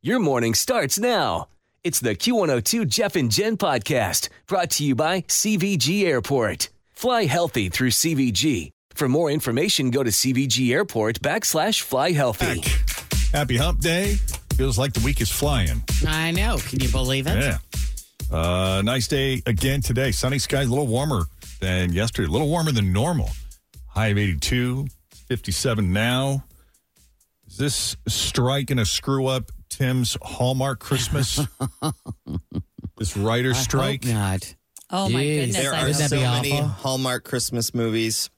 Your morning starts now. It's the Q102 Jeff and Jen podcast brought to you by CVG Airport. Fly healthy through CVG. For more information, go to CVG Airport backslash fly healthy. Happy hump day. Feels like the week is flying. I know. Can you believe it? Yeah. Uh, nice day again today. Sunny skies, a little warmer than yesterday, a little warmer than normal. High of 82, 57 now. Is this strike going to screw up Tim's Hallmark Christmas? this writer I hope strike? not. Oh my Jeez. goodness! There I are know. Wouldn't that so be many awful? Hallmark Christmas movies.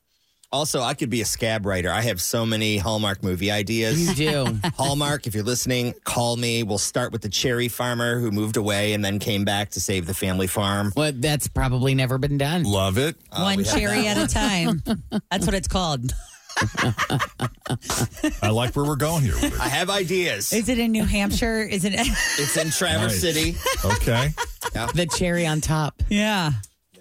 Also, I could be a scab writer. I have so many Hallmark movie You ideas. do. Hallmark, if you're listening, call me. We'll start with the cherry farmer who moved away and then came back to save the family farm. well, that's probably never been done. Love it. Uh, One we have cherry that. at a time. That's what it's called. I like where we're going here. With it. I have ideas. Is it in New Hampshire? Is it? It's in Traverse Nice. City. Okay. The cherry on top. yeah,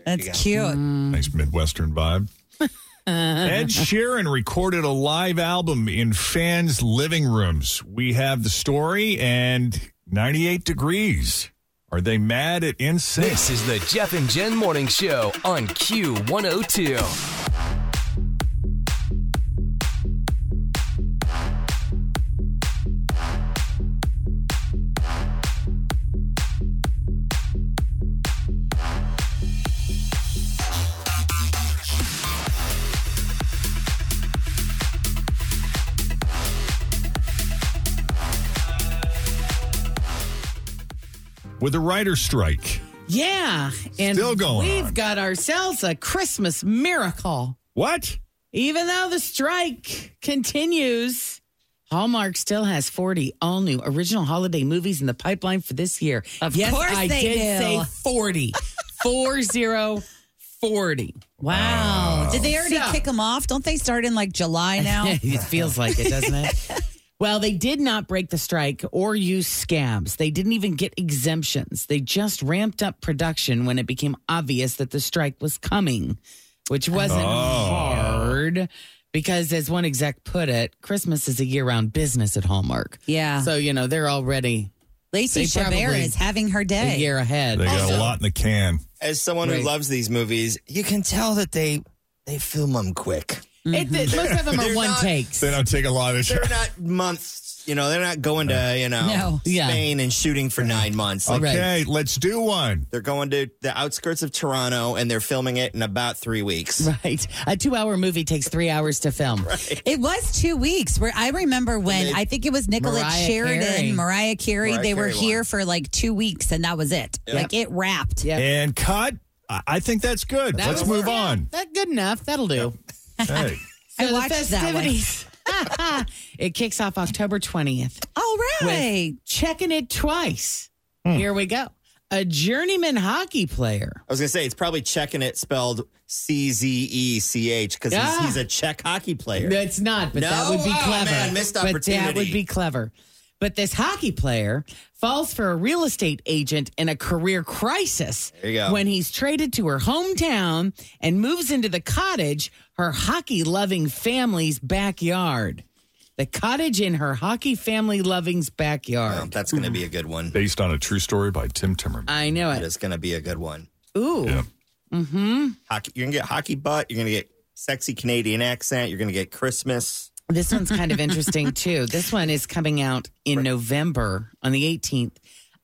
that's you go. cute. Nice Midwestern vibe. Ed Sheeran recorded a live album in fans' living rooms. We have the story and 98 degrees. Are they mad at NSYNC? This is the Jeff and Jen morning show on Q102. With a writer's strike. Yeah. And Still going We've on. got ourselves a Christmas miracle. What? Even though the strike continues, Hallmark still has 40 all new original holiday movies in the pipeline for this year. Of yes, course I they did do. say 40. Four zero 40. Wow! Oh. Did they already So- kick them off? Don't they start in like July now? it feels like it, doesn't it? Well, they did not break the strike or use scabs. They didn't even get exemptions. They just ramped up production when it became obvious that the strike was coming, which wasn't Oh. hard because, as one exec put it, Christmas is a year round business at Hallmark. yeah. So, you know, they're already Lacey they probably- Chabert is having her a day. year ahead. They got Also- a lot in the can. As someone Right. who loves these movies, you can tell that they they film them quick. It- it- most of them are They're one not- takes. They don't take a lot of They're this. not months. You know, they're not going to you know No. Yeah. Spain and shooting for nine months. Like, Okay, let's do one. They're going to the outskirts of Toronto and they're filming it in about three weeks. Right. A two hour movie takes three hours to film. It was two weeks. Where I remember when they- I think it was Nicholas Mariah Sheridan, Carey. Mariah Carey. Mariah they were Carey won. here for like two weeks, and that was it. Like it wrapped. Yeah. And cut. I- I think that's good. let's move on. That good enough. That'll do. Hey. I So the watched that one. festivities. it kicks off October 20th. All right. Checking it twice. Here we go. A journeyman hockey player. I was going to say, it's probably checking it spelled C Z E C H because Yeah. he's, he's a Czech hockey player. Ah. That's not, but that No? would be Oh, clever. man, missed But that would opportunity. be clever. But this hockey player falls for a real estate agent in a career crisis There you go. when he's traded to her hometown and moves into the cottage, her hockey loving family's backyard. The cottage in her hockey family loving's backyard. Oh, that's going to be a good one. Based on a true story by Tim Timmerman. I know That it. is going to be a good one. Ooh. Mm-hmm. Yeah. Hockey, you're going to get hockey butt. You're going to get sexy Canadian accent. You're going to get Christmas. This one's kind of interesting too. This one is coming out in November on the 18th.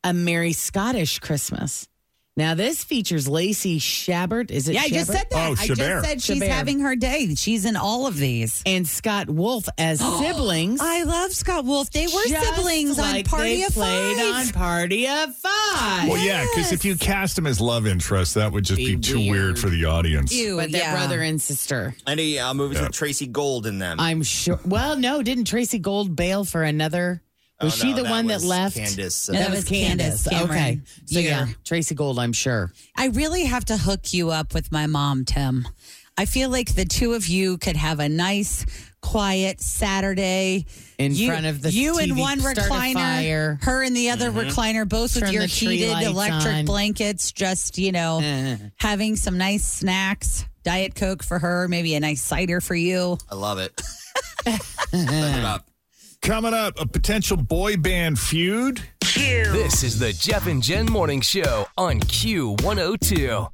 A Merry Scottish Christmas. Now, this features Lacey Shabert. Is it Yeah, I just Shabert? said that. Oh, I just Chabert. said she's Chabert. having her day. She's in all of these. And Scott Wolf as siblings. I love Scott Wolf. They were Just siblings like on Party they of played Five. on Party of Five. Well, yeah, because if you cast him as love interest, that would just be, Be too weird. weird. for the audience. Ew, but their yeah. brother and sister. Any uh, movies with Tracy Gold in them? I'm sure. Well, no, didn't Tracy Gold bail for another? Oh, Was she no, the that one was that left? Candace, uh, No, That was Candace. Cameron. okay. So, yeah. Yeah. Tracy Gold, I'm sure. I really have to hook you up with my mom, Tim. I feel like the two of you could have a nice, quiet Saturday In You- front of the you in TV, one start a recliner, fire. Mm-hmm. her in the other recliner, both Turn with your the tree heated lights electric on. blankets, just you know, having some nice snacks, diet coke for her, maybe a nice cider for you. I love it. Live it up. Coming up, a potential boy band feud. This is the Jeff and Jen Morning Show on Q102.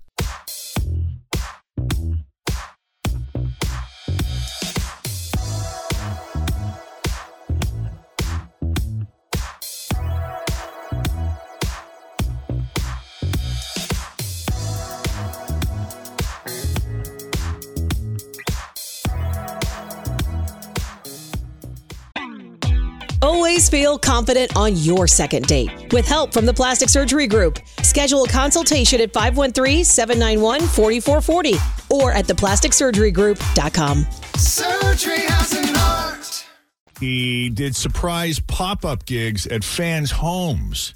Always feel confident on your second date. With help from the Plastic Surgery Group, schedule a consultation at 513 791 4440 or at theplasticsurgerygroup.com. He did surprise pop up gigs at fans' homes.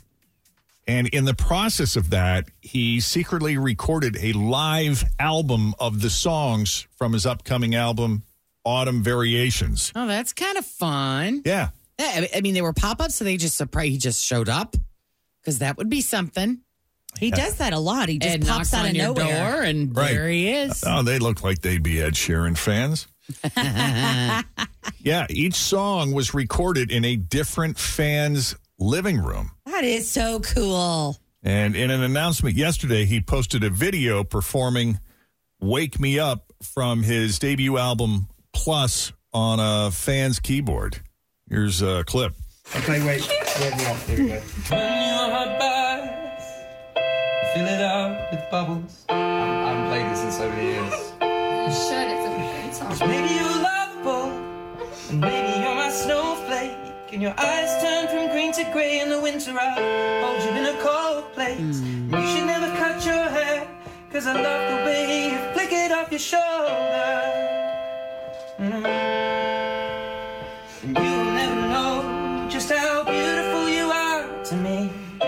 And in the process of that, he secretly recorded a live album of the songs from his upcoming album, Autumn Variations. Oh, that's kind of fun. Yeah. Yeah, I I mean, they were pop ups, so they just surprised. He just showed up because that would be something. He does that a lot. He just and pops knocks out on of your nowhere. door, and Right. there he is. Oh, they look like they'd be Ed Sheeran fans. yeah, each song was recorded in a different fan's living room. That is so cool. And in an announcement yesterday, he posted a video performing Wake Me Up from his debut album Plus on a fan's keyboard. Here's a clip. Okay, wait. Wait, wait, Here we go. Feel her back. Fill it up with bubbles. I haven't played this in so many years. should. It's a good song. Maybe you're lovable. And maybe you're my snowflake. And your eyes turn from green to grey in the winter. I hold you in a cold place. You should never cut your hair. Cause I love the way you flick it off your shoulder. Mm. And you'll never know just how beautiful you are to me.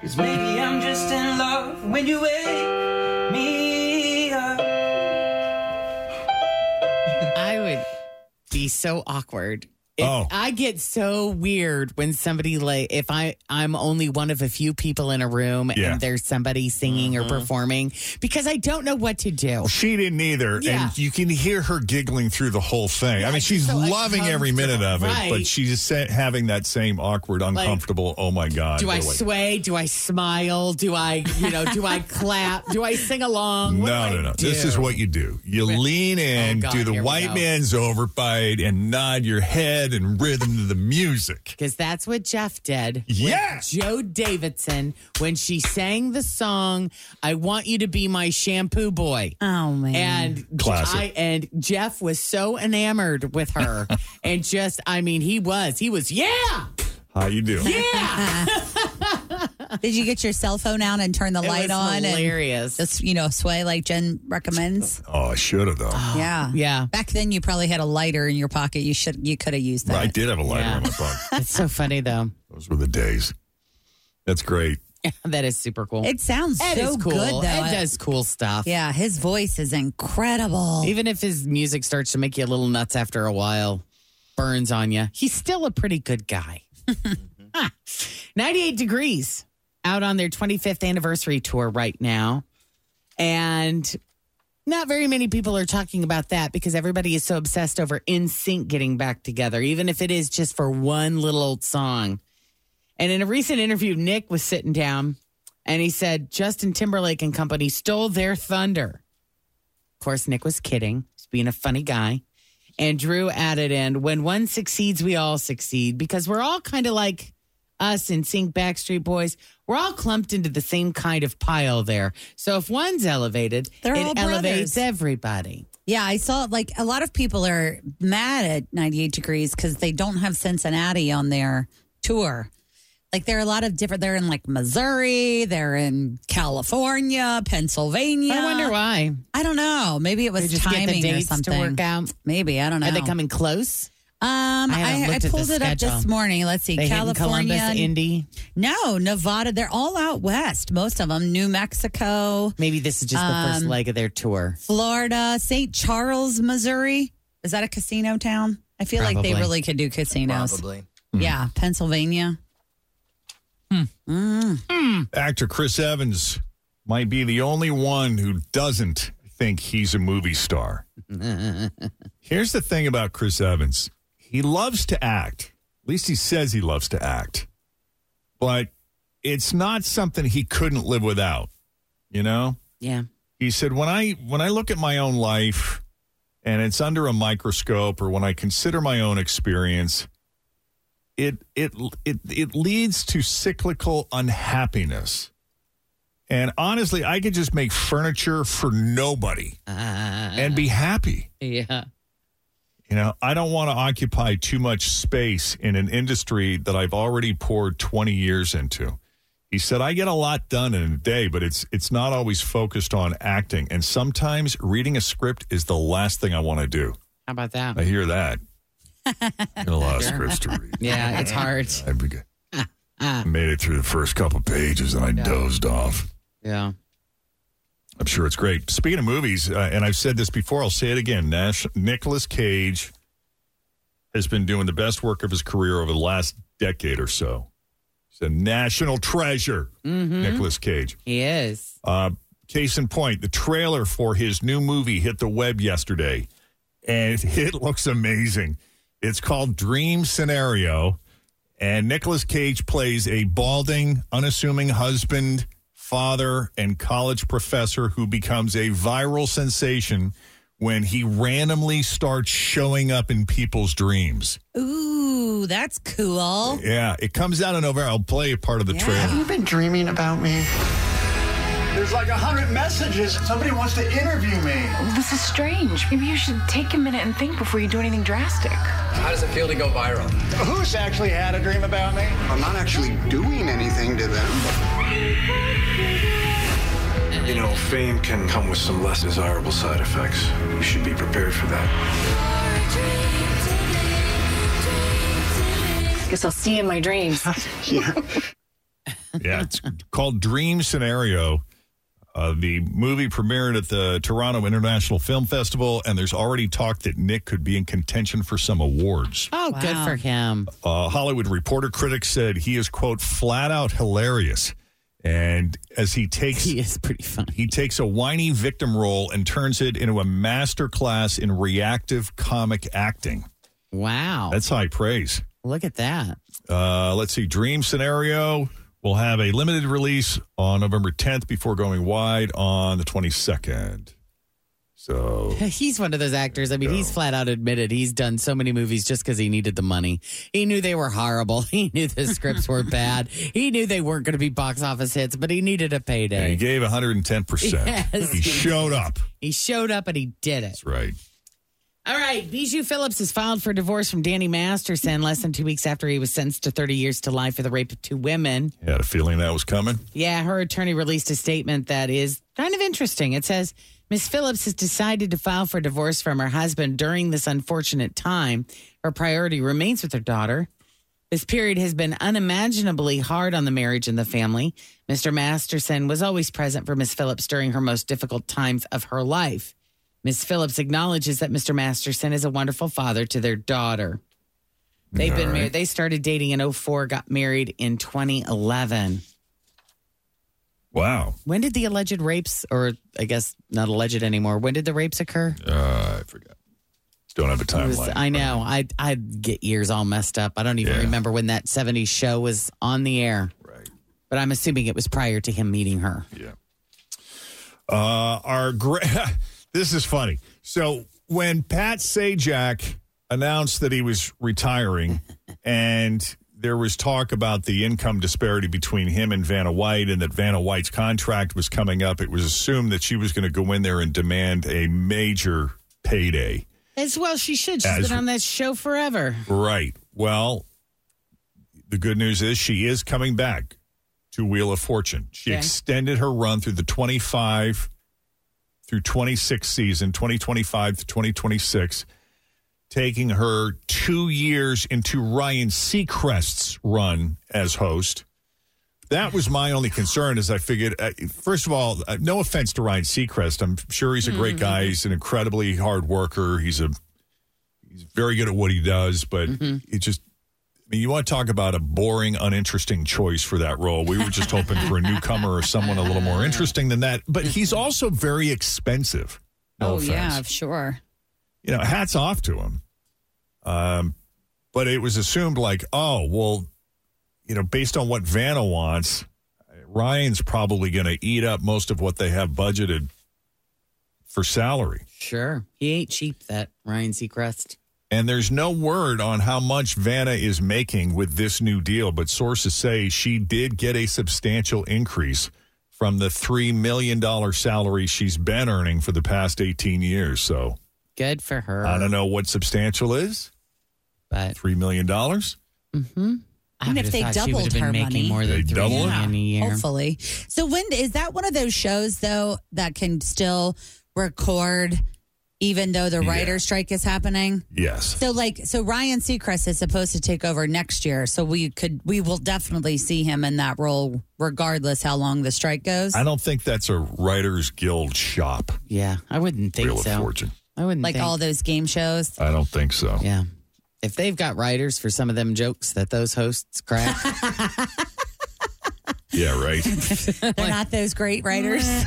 Cause maybe I'm just in love when you wake me up. I would be so awkward. If- Oh. I get so weird when somebody like if I I'm only one of a few people in a room Yeah. and there's somebody singing or performing because I don't know what to do. She didn't either. Yeah. And you can hear her giggling through the whole thing. I mean, she's so loving every minute of it, uncomfortable. but Right. she's sa- having that same awkward, uncomfortable, oh my God. Do I really. sway? Do I smile? Do I you know? do I clap? Do I sing along? What No, do no, I no. This do? oh is what you do. You lean in, God, do the here we white go. man's overbite, and nod your head and rhythm to the music. Because that's what Jeff did. with Yeah. Joe Davidson, when she sang the song, I Want You to Be My Shampoo Boy. Oh man. And Classic. I, and Jeff was so enamored with her. and just, I mean, he was. He was, yeah. How you do? Did you get your cell phone out and turn the It light was on and Hilarious. just you know sway like Jen recommends? Oh, I should have though. yeah, yeah. Back then, you probably had a lighter in your pocket. You should you could have used that. I did have a lighter Yeah. on my phone. It's so funny, though. Those were the days. That's great. that is super cool. It sounds That so is cool. good though. It does cool stuff. Yeah, his voice is incredible. Even if his music starts to make you a little nuts after a while, burns on you, he's still a pretty good guy. Huh. 98 Degrees out on their 25th anniversary tour right now. And not very many people are talking about that because everybody is so obsessed over In Sync getting back together, even if it is just for one little old song. And in a recent interview, Nick was sitting down and he said Justin Timberlake and company stole their thunder. Of course, Nick was kidding. He's being a funny guy. And Drew added in, when one succeeds, we all succeed because we're all kind of like us, and Sync Backstreet Boys, we're all clumped into the same kind of pile there. So if one's elevated, They're all it elevates brothers. everybody. Yeah, I saw like a lot of people are mad at 98 Degrees because they don't have Cincinnati on their tour. Like there are a lot of different. They're in like Missouri. They're in California, Pennsylvania. I wonder why. I don't know. Maybe it They was just timing get the or dates something. to work out. Maybe I don't know. Are they coming close? Um, I haven't I, I, looked at the pulled it up this schedule. morning. Let's see, They hit in California. Columbus, Indy. no, Nevada. They're all out west. Most of them. New Mexico, Um, Maybe this is just the first leg of their tour. Florida, St. Charles, Missouri. Is that a casino town? I feel like they Probably. Hmm. really could do casinos. Probably. Yeah, Pennsylvania. Mm. Actor Chris Evans might be the only one who doesn't think he's a movie star. Here's the thing about Chris Evans he loves to act. At least he says he loves to act. But it's not something he couldn't live without, you know? Yeah. he said when i when i look at my own life and it's under a microscope or when i consider my own experience it it it, it leads to cyclical unhappiness and honestly i could just make furniture for nobody and be happy Yeah. you know i don't want to occupy too much space in an industry that i've already poured 20 years into he said i get a lot done in a day but it's it's not always focused on acting and sometimes reading a script is the last thing i want to do How about that? i hear that I got a lot of scripts to read Yeah, it's hard. i beg- made it through the first couple pages and i dozed off Yeah. I'm sure it's great. Speaking of movies, uh, and I've said this before, I'll say it again. Nash Nicholas Cage has been doing the best work of his career over the last decade or so. He's a national treasure, Mm-hmm. Mm-hmm. Nicholas Cage. He is. Uh, case in point, the trailer for his new movie hit the web yesterday, and it looks amazing. It's called Dream Scenario, and Nicolas Cage plays a balding, unassuming husband, father, and college professor who becomes a viral sensation when he randomly starts showing up in people's dreams. Ooh, that's cool. Yeah, it comes out in November. I'll play a part of the trailer. You've been dreaming about me. There's like a hundred messages. Somebody wants to interview me. This is strange. Maybe you should take a minute and think before you do anything drastic. How does it feel to go viral? Who's actually had a dream about me? I'm not actually doing anything to them. You know, fame can come with some less desirable side effects. You should be prepared for that. Guess I'll see you in my dreams. yeah, it's called Dream Scenario. Uh, the movie premiered at the Toronto International Film Festival, and there's already talk that Nick could be in contention for some awards. Oh, good Wow. for him. Uh, Hollywood Reporter critic said he is quote flat out hilarious, and as he takes He is pretty funny. he takes a whiny victim role and turns it into a master class in reactive comic acting. Wow. That's high praise. Look at that. Uh, let's see. Dream scenario will have a limited release on November 10th before going wide on the 22nd. So He's one of those actors. I mean, he's flat out admitted he's done so many movies just because he needed the money. He knew they were horrible. He knew the scripts were bad. He knew they weren't going to be box office hits, but he needed a and he payday. gave 110%. Yes. He showed up. He showed up and he did it. That's right. All right, Bijou Phillips has filed for divorce from Danny Masterson less than two weeks after he was sentenced to 30 years to life for the rape of two women. He had a feeling that was coming. Yeah, her attorney released a statement that is kind of interesting. It says Miss Phillips has decided to file for divorce from her husband during this unfortunate time. Her priority remains with her daughter. This period has been unimaginably hard on the marriage and the family. Mr. Masterson was always present for Miss Phillips during her most difficult times of her life. Miss Phillips acknowledges that Mr. Masterson is a wonderful father to their daughter. They've been married. They started dating in 04, got married in 2011. Wow. When did the alleged rapes, or I guess not alleged anymore, when did the rapes occur? Uh, I forgot. Don't have a It was- timeline. I know. I I get years all messed up. I don't even Yeah. remember when that 70s show was on the air, Right. but I'm assuming it was prior to him meeting her. Yeah. Uh, our great. this is funny. So when Pat Sajak announced that he was retiring, and there was talk about the income disparity between him and Vanna White and that Vanna White's contract was coming up. It was assumed that she was going to go in there and demand a major payday. As well, she should. She's As- been on that show forever. Right. Well, the good news is she is coming back to Wheel of Fortune. She Okay. extended her run through the 25 through 26 season, 2025 to 2026, taking her two years into Ryan Seacrest's run as host. That was my only concern, as I figured. Uh, first of all, uh, no offense to Ryan Seacrest, I'm sure he's a great Mm-hmm. guy. He's an incredibly hard worker. He's a he's very good at what he does, but Mm-hmm. it just I mean, you want to talk about a boring, uninteresting choice for that role. We were just hoping for a newcomer or someone a little more interesting than that. But he's also very expensive. No oh offense. yeah, sure. You know, hats off to him. Um, but it was assumed like, oh, well, you know, based on what Vanna wants, Ryan's probably going to eat up most of what they have budgeted for salary. Sure. He ain't cheap, that Ryan Seacrest. And there's no word on how much Vanna is making with this new deal, but sources say she did get a substantial increase from the $3 million salary she's been earning for the past 18 years. So Good for her. I don't know what substantial is. But $3 million? Mm-hmm. Even if they doubled her money, more than They three double it? million a year. hopefully. So when is that one of those shows though that can still record even though the Yeah. writer strike is happening? Yes. So like so Ryan Seacrest is supposed to take over next year, so we could we will definitely see him in that role regardless how long the strike goes. I don't think that's a Writers Guild shop, Yeah, I wouldn't think Wheel so. of Fortune. I wouldn't like think. all those game shows. I don't think so. Yeah. If they've got writers for some of them jokes that those hosts crack, Yeah, right. They're not those great writers.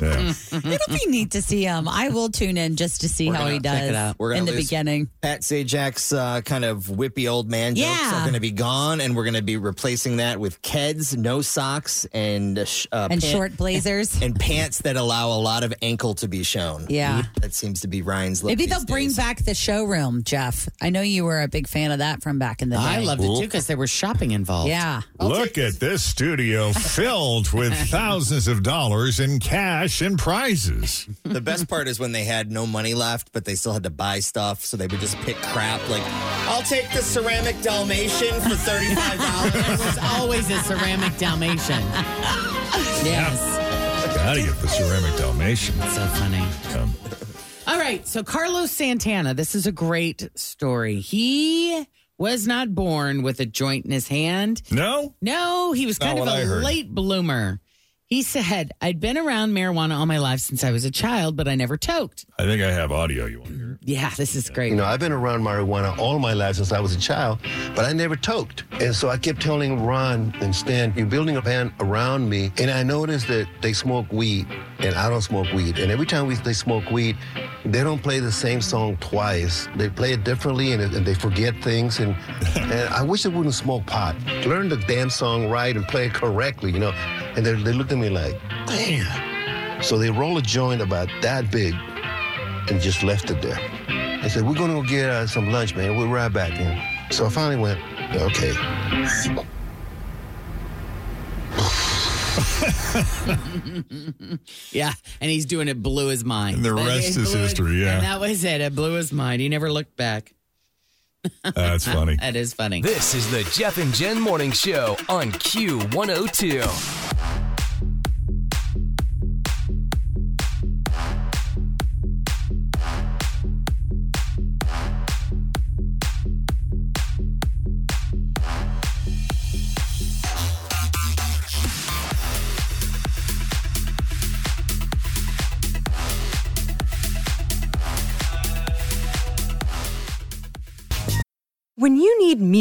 Yeah. It'll be neat to see him. I will tune in just to see We're how gonna he check it does out. We're gonna in the lose- beginning. Pat Sajak's uh, kind of whippy old man jokes Yeah. are going to be gone, and we're going to be replacing that with Keds, no socks, and uh, sh- uh, And pant- short blazers. and pants that allow a lot of ankle to be shown. Yeah. that seems to be Ryan's. Look Maybe these they'll bring days. back the showroom, Jeff. I know you were a big fan of that from back in the day. I loved it too because there were shopping involved. Yeah. Look at this studio filled with thousands of dollars in cash and prizes. The best part is when they had no money left, but they still had to buy stuff, so they would just pick crap. Like, I'll take the ceramic Dalmatian for thirty-five There dollars. was always a ceramic Dalmatian. Yes. Gotta get the ceramic Dalmatian. So funny. Um, All right. So, Carlos Santana, this is a great story. He was not born with a joint in his hand. no? No, he was Not kind of what I a heard. late bloomer. He said, I'd been around marijuana all my life since I was a child, but I never toked. I think I have audio you want to hear. Yeah, this is great. You know, I've been around marijuana all my life since I was a child, but I never toked. And so I kept telling Ron and Stan, you're building a band around me. And I noticed that they smoke weed and I don't smoke weed. And every time we, they smoke weed, they don't play the same song twice. They play it differently and, it- and they forget things. And, and I wish they wouldn't smoke pot. Learn the damn song right and play it correctly, you know. And they, they looked at me like, damn. So they roll a joint about that big and just left it there. I said, we're gonna go get uh, some lunch, man. We'll ride back in. So I finally went, okay. Yeah, and he's doing it blew his mind. And the But rest it is blew- history, yeah. and that was it. It blew his mind. He never looked back. That's funny. That is funny. This is the Jeff and Jen Morning Show on Q102. When you need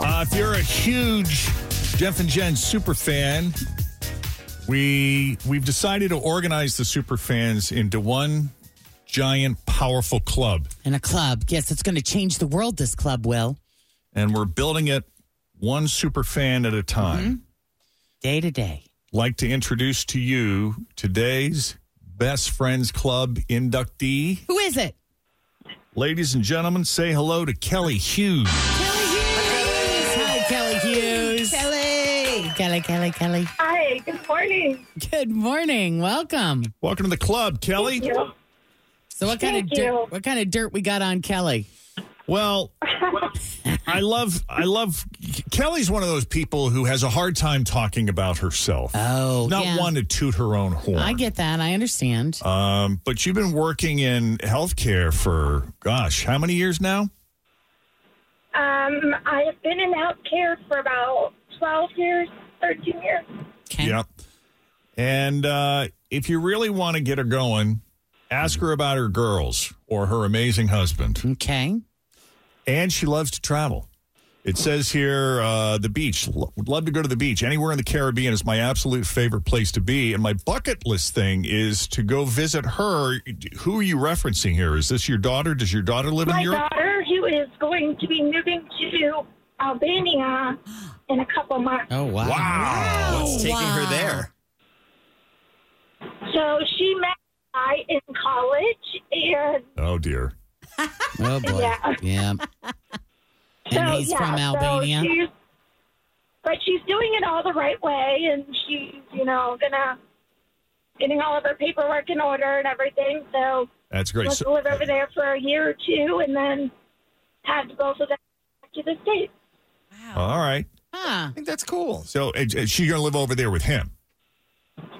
Uh, if you're a huge Jeff and Jen Superfan. We we've decided to organize the superfans into one giant powerful club. In a club. Yes, it's going to change the world, this club will. And we're building it one superfan at a time. Mm-hmm. Day to day. Like to introduce to you today's Best Friends Club inductee. Who is it? Ladies and gentlemen, say hello to Kelly Hughes. Hi, Kelly Hughes. Kelly. Kelly, Kelly, Kelly. Hi, good morning. Good morning. Welcome. Welcome to the club, Kelly. So what kind Thank of you. dirt what kind of dirt we got on Kelly? Well, I love I love Kelly's one of those people who has a hard time talking about herself. Oh, not yeah. one to toot her own horn. I get that. I understand. Um, but you've been working in healthcare for gosh, how many years now? Um, I have been in healthcare for about 12 years, 13 years. Yep. And uh, if you really want to get her going, ask her about her girls or her amazing husband. Okay. And she loves to travel. It says here uh, the beach. Lo- Would love to go to the beach. Anywhere in the Caribbean is my absolute favorite place to be. And my bucket list thing is to go visit her. Who are you referencing here? Is this your daughter? Does your daughter live My in Europe? daughter, who is going to be moving to Albania in a couple months. Oh wow! Wow! Oh, What's taking her Wow. there? So she met I in college, and Oh dear. Oh boy. Yeah. Yeah. so, And he's yeah, from so Albania. she's- but she's doing it all the right way, and she's, you know, gonna getting all of her paperwork in order and everything. So That's great. Let's So, live over there for a year or two, and then have both of them back to the states. all right. Huh. I think that's cool. So is is she going to live over there with him?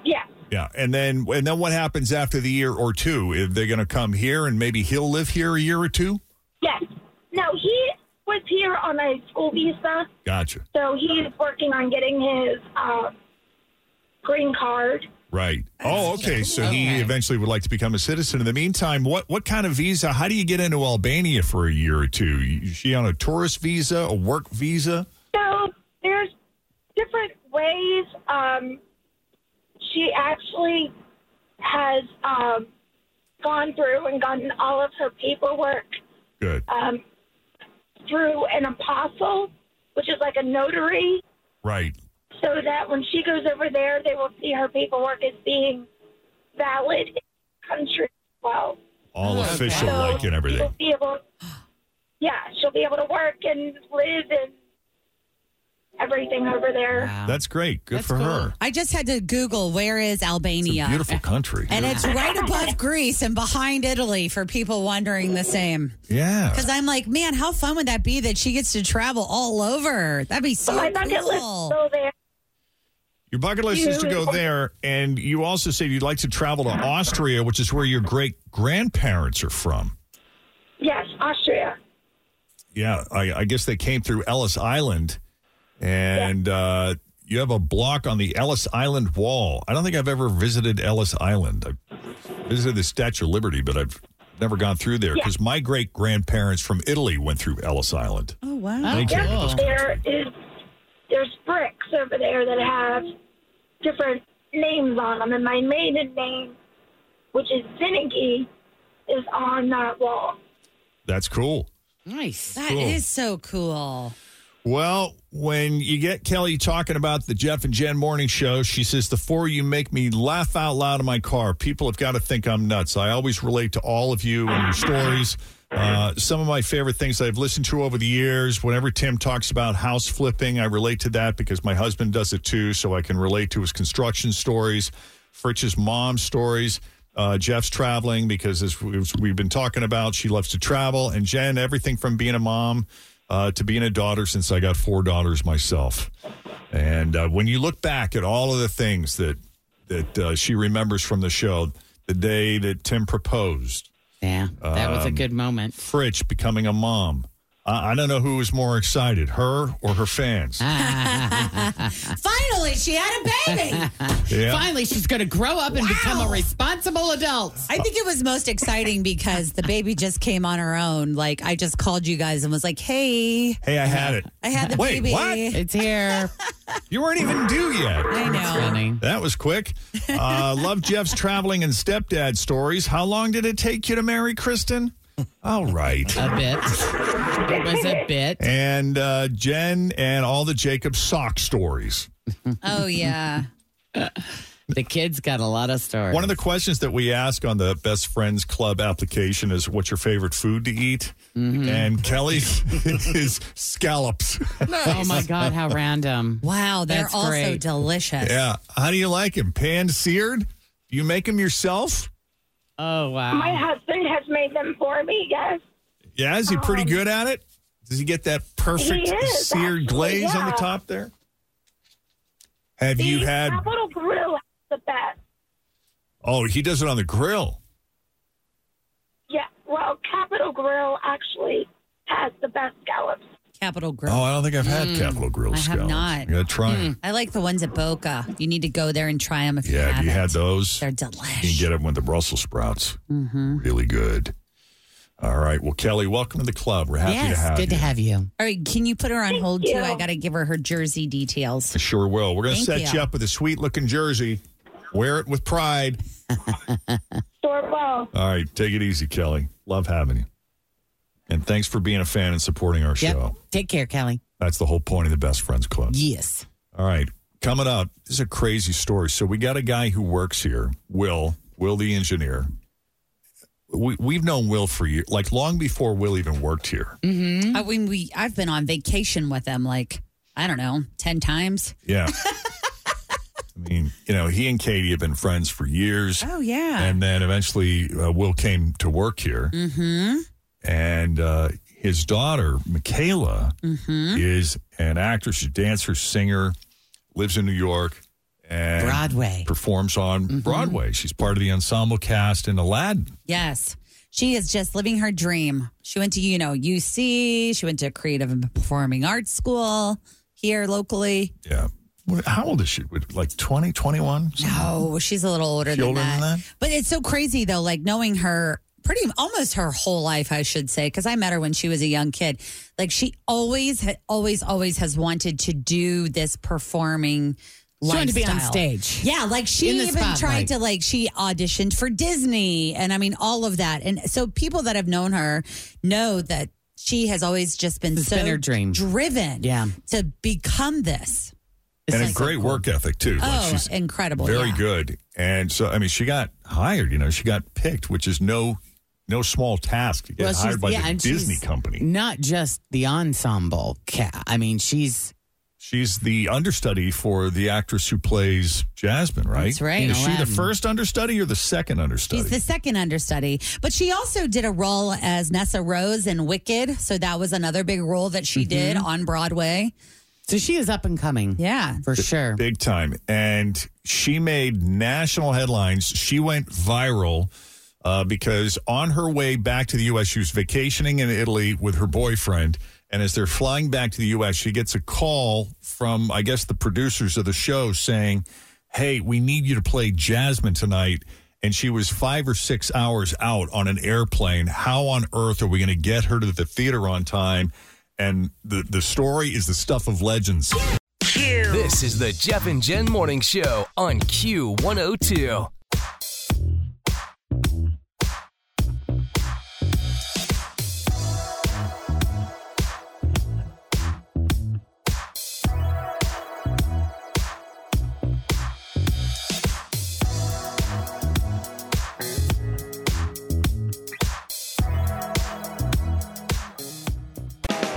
Yeah. Yeah, and then and then what happens after the year or two? If they're going to come here and maybe he'll live here a year or two? Yes. No, he was here on a school visa, Gotcha. so he's working on getting his uh, green card. Right. Oh, okay. So he eventually would like to become a citizen. In the meantime, what what kind of visa? How do you get into Albania for a year or two? Is she on a tourist visa, a work visa? So there's different ways. Um, she actually has um, gone through and gotten all of her paperwork Good. um, through an apostle, which is like a notary. Right. so that when she goes over there, they will see her paperwork as being valid in the country as well. All Okay. official like and She'll everything. be able, yeah, she'll be able to work and live and everything over there. That's great. Good for her. I just had to Google where is Albania. Beautiful country. And it's right above Greece and behind Italy for people wondering the same. Yeah. Because I'm like, man, how fun would that be that she gets to travel all over? That'd be so Oh, But my bucket list is cool. still there. Your bucket list is to go there, and you also said you'd like to travel to Austria, which is where your great grandparents are from. Yes, Austria. Yeah, I, I guess they came through Ellis Island, and uh, you have a block on the Ellis Island wall. I don't think I've ever visited Ellis Island. I visited the Statue of Liberty, but I've never gone through there because my great grandparents from Italy went through Ellis Island. Oh wow! Thank you. Yeah, there is there's bricks over there that have different names on them, and my maiden name, which is Zinnigy, is on that wall. That's cool. Nice. That is Cool. so cool. Well, when you get Kelly talking about the Jeff and Jen morning show, she says, The four of you make me laugh out loud in my car. People have got to think I'm nuts. I always relate to all of you and your stories. Uh, some of my favorite things I've listened to over the years, whenever Tim talks about house flipping, I relate to that because my husband does it too, so I can relate to his construction stories, Fritch's mom stories. Uh, Jeff's traveling because, as we- as we've been talking about, she loves to travel. And Jen, everything from being a mom uh, to being a daughter since I got four daughters myself. And uh, when you look back at all of the things that that uh, she remembers from the show, the day that Tim proposed, yeah, that was a Um, good moment. Fritch becoming a mom, I I don't know who was more excited, her or her fans. Ah. Finally, she had a baby. Yeah. Finally, she's going to grow up and become a responsible adult. I think it was most exciting because the baby just came on her own. Like I just called you guys and was like, "Hey, Hey, I had it. I had the Wait, baby. what? It's here." You weren't even due yet. I know. That was quick. Uh, love Jeff's traveling and stepdad stories. How long did it take you to marry Kristen? All right. A bit. It was a bit. And uh, Jen and all the Jacob sock stories. Oh yeah. The kid's got a lot of stories. One of the questions that we ask on the Best Friends Club application is what's your favorite food to eat? Mm-hmm. And Kelly's is scallops. Oh my God, how random. Wow, they're That's also great. delicious. Yeah. How do you like them? Pan seared? Do you make them yourself? Oh, wow. My husband has made them for me, yes. Yeah, is he pretty good at it? Does he get that perfect Oh, um, He is, seared actually, glaze on the yeah. top there? Have you The had? Capital Grill is the best. Oh, he does it on the grill. Yeah, well, Capital Grill actually has the best scallops. Capital Grill. Mm. Oh, I don't think I've had Capitol Grill I have scallops. not. Mm. You gotta try 'em. I like the ones at Boca. You need to go there and try them if you Yeah, if have you had those, They're delicious. you can get them with the Brussels sprouts. Really good. All right. Well, Kelly, welcome to the club. We're happy to Yes, have Good to you. have you. All right, can you put her on hold too? I got to give her her jersey details. I sure will. We're gonna Thank set you. you. up with a sweet looking jersey. Wear it with pride. Store well. All right. Take it easy, Kelly. Love having you. And thanks for being a fan and supporting our show. Take care, Kelly. That's the whole point of the Best Friends Club. Yes. All right. Coming up, this is a crazy story. So we got a guy who works here, Will, Will the engineer. We, we've known Will for years, like long before Will even worked here. I mean, we I've been on vacation with them like I don't know ten times. Yeah. I mean, you know, he and Katie have been friends for years. Oh yeah. And then eventually uh, Will came to work here. Mm-hmm. And uh, his daughter, Michaela, Mm-hmm. Mm-hmm. is an actress, a dancer, singer, lives in New York. And Broadway. performs on Broadway. She's part of the ensemble cast in Aladdin. Yes. She is just living her dream. She went to, you know, UC. She went to creative and performing arts school here locally. Yeah. What- How old is she? Would- Like 20, 21? No, she's a little older, She than, older that. than that? But it's so crazy though, like knowing her pretty almost her whole life, I should say, because I met her when she was a young kid. Like she always had always, always has wanted to do this performing. She wanted to be on lifestyle. stage. Yeah, like she In the even spotlight. tried to like she auditioned for Disney and I mean all of that. And so people that have known her know that she has always just been It's so been her dream. driven Yeah. to become this. and a like- great work ethic, too. Like, oh, she's incredible. very yeah. good. And so, I mean, she got hired, you know, she got picked, which is no no small task to get Well, she's- hired by yeah, the and Disney she's company. Not just the ensemble cat. I mean, she's She's the understudy for the actress who plays Jasmine, right? That's right. Is she the Aladdin. first understudy or the second understudy? She's the second understudy, but she also did a role as Nessa Rose in Wicked, so that was another big role that she did on Broadway. so she is up and coming Yeah, for sure. Big time. And she made national headlines. She went viral uh, because on her way back to the U.S., she was vacationing in Italy with her boyfriend. And as they're flying back to the U.S., she gets a call from, I guess, the producers of the show saying, Hey, we need you to play Jasmine tonight. And she was five or six hours out on an airplane. How on earth are we going to get her to the theater on time? And the, the story is the stuff of legends. This is the Jeff and Jen Morning Show on Q102.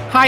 Hi,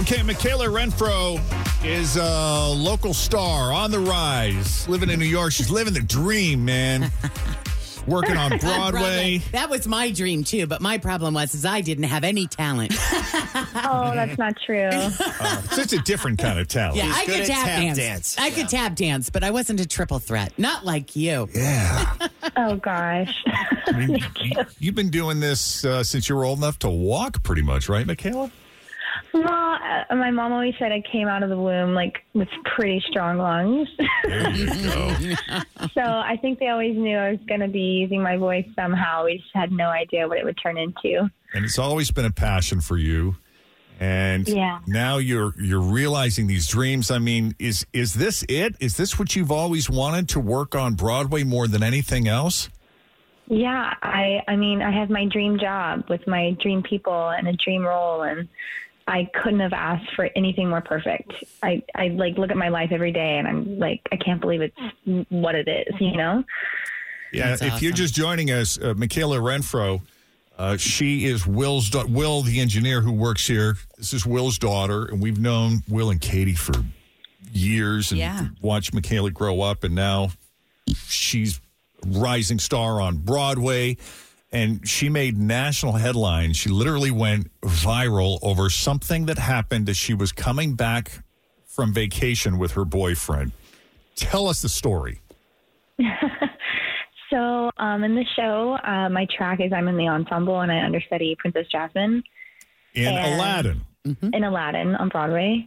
Okay, Michaela Renfro is a local star on the rise, living in New York. She's living the dream, man. Working on Broadway. That was my dream too, but my problem was is I didn't have any talent. Oh, that's not true. Uh, it's just a different kind of talent. yeah, I could tap, dance. I could tap dance, but I wasn't a triple threat. Not like you. Yeah. oh gosh. I mean, you. have been doing this uh, since you were old enough to walk, pretty much, right, Michaela? Well, uh, my mom always said I came out of the womb like with pretty strong lungs. so I think they always knew I was going to be using my voice somehow. We just had no idea what it would turn into. And it's always been a passion for you. And Yeah. now you're you're realizing these dreams. I mean, is is this it? Is this what you've always wanted to work on Broadway more than anything else? Yeah, I I mean, I have my dream job with my dream people and a dream role and I couldn't have asked for anything more perfect. I I like look at my life every day and I'm like I can't believe it's what it is, you know? Yeah, if you're just joining us, uh, Michaela Renfro, uh, she is Will's da- Will, the engineer who works here. This is Will's daughter, and we've known Will and Katie for years and Yeah. watched Michaela grow up, and now she's a rising star on Broadway. And she made national headlines. She literally went viral over something that happened as she was coming back from vacation with her boyfriend. Tell us the story. So, um, in the show, uh, my track is I'm in the ensemble and I understudy Princess Jasmine. In And- Aladdin. In Aladdin on Broadway.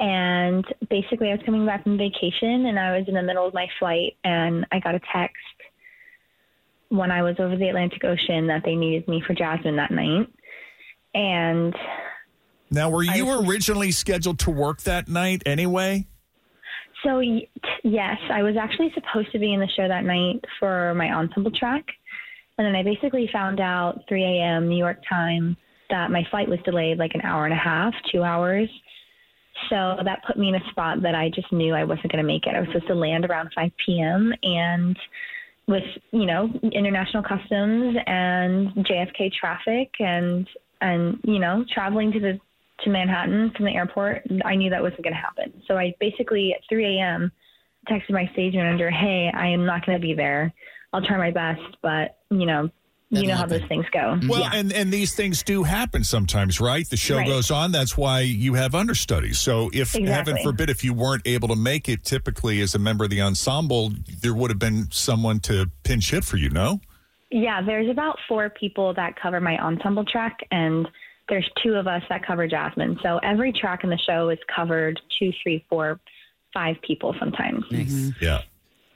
And basically, I was coming back from vacation and I was in the middle of my flight and I got a text when I was over the Atlantic Ocean that they needed me for Jasmine that night. And Now, were you originally scheduled to work that night anyway? So y- yes, I was actually supposed to be in the show that night for my ensemble track, and then I basically found out 3 a.m. New York time that my flight was delayed like an hour and a half, two hours. So that put me in a spot that I just knew I wasn't going to make it. I was supposed to land around 5 p.m. and with you know international customs and JFK traffic and and you know traveling to the to Manhattan from the airport, I knew that wasn't going to happen. So I basically at 3 a.m. texted my stage manager, "Hey, I am not going to be there. I'll try my best, but you know, you know how those things go." Oh, Well, Yeah. and, and these things do happen sometimes, right? The show Right. goes on. That's why you have understudies. So, if heaven Exactly. forbid, if you weren't able to make it, typically as a member of the ensemble, there would have been someone to pinch hit for you, no? Yeah, there's about four people that cover my ensemble track, and there's two of us that cover Jasmine. So every track in the show is covered two, three, four, five people sometimes. Yeah.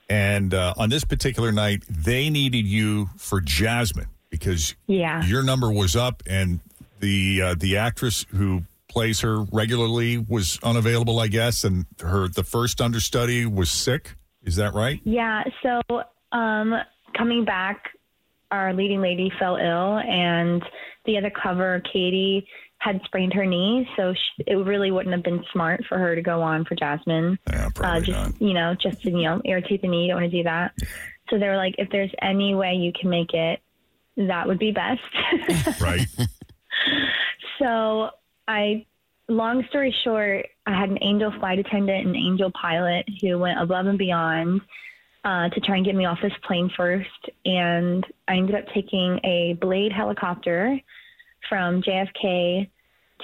And uh, on this particular night, they needed you for Jasmine because Ah. Yeah. your number was up, and the uh, the actress who plays her regularly was unavailable, I guess, and her the first understudy was sick. Is that right? Yeah. So um, coming back, our leading lady fell ill, and the other cover, Katie, had sprained her knee. So she, it really wouldn't have been smart for her to go on for Jasmine. Yeah, probably uh, just, You know, just to, you know, irritate the knee. You don't want to do that. So they were like, if there's any way you can make it, that would be best. Right. So I, long story short, I had an angel flight attendant and angel pilot who went above and beyond uh, to try and get me off this plane first. And I ended up taking a Blade helicopter from JFK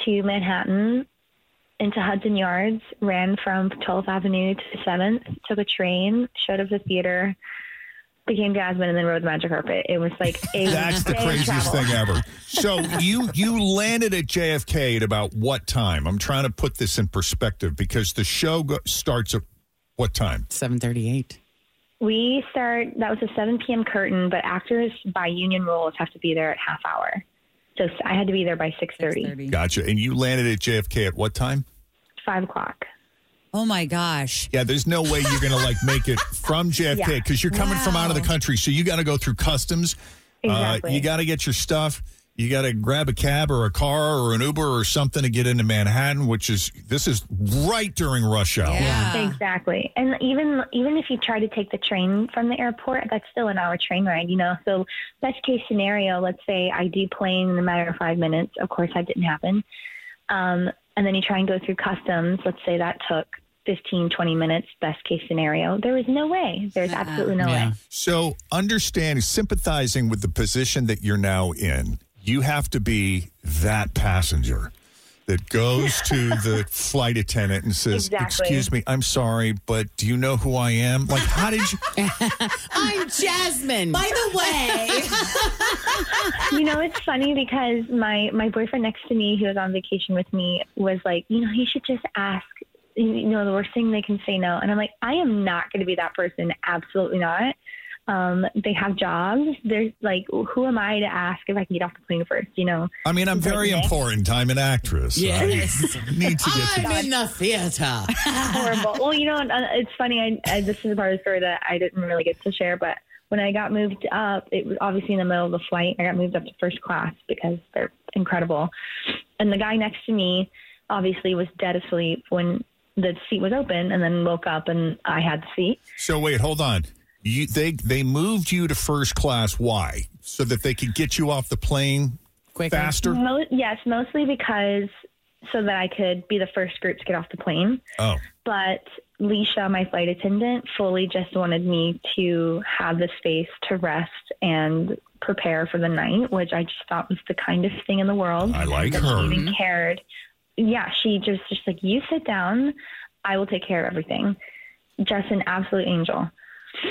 to Manhattan into Hudson Yards, ran from 12th Avenue to 7th, took a train, showed up at the theater, became Jasmine, and then rode the magic carpet. It was like a That's the day of craziest travel. thing ever. So you you landed at JFK at about what time? I'm trying to put this in perspective because the show go- starts at what time? Seven thirty eight. We start, that was a 7 p.m. curtain, but actors by union rules have to be there at half hour. So s- I had to be there by 6.30, Gotcha. And you landed at JFK at what time? 5 o'clock. Oh my gosh. Yeah, there's no way you're going to like make it from JFK Yeah. because you're coming from out of the country. So you got to go through customs. Uh, Exactly. you got to get your stuff. You got to grab a cab or a car or an Uber or something to get into Manhattan, which is this is right during rush hour. Exactly. And even even if you try to take the train from the airport, that's still an hour train ride, you know. So best case scenario, let's say I deplane in a matter of five minutes. Of course that didn't happen. Um, and then you try and go through customs. Let's say that took 15, 20 minutes, best case scenario. There is no way. There's absolutely no way. So, understanding, sympathizing with the position that you're now in, you have to be that passenger that goes to the flight attendant and says, Exactly. "Excuse me, I'm sorry, but do you know who I am?" Like, how did you? I'm Jasmine. By the way, you know, it's funny because my my boyfriend next to me, who was on vacation with me, was like, you know, he should just ask. You know, the worst thing they can say no, and I'm like, I am not going to be that person. Absolutely not. Um, they have jobs. There's like, who am I to ask if I can get off the plane first? You know. I mean, I'm He's like, very "Nick." important. I'm an actress. Yes. I need to get. to- I'm in the theater. horrible. Well, you know, and, uh, it's funny. I, I this is a part of the story that I didn't really get to share, but when I got moved up, it was obviously in the middle of the flight. I got moved up to first class because they're incredible. And the guy next to me obviously was dead asleep when the seat was open, and then woke up and I had the seat. So wait, hold on. You, they they moved you to first class. Why? So that they could get you off the plane faster. Mo- yes, mostly because so that I could be the first group to get off the plane. Oh. But Leisha, my flight attendant, fully just wanted me to have the space to rest and prepare for the night, which I just thought was the kindest thing in the world. I like that her. She even cared. Yeah, she just just like you sit down, I will take care of everything. Just an absolute angel.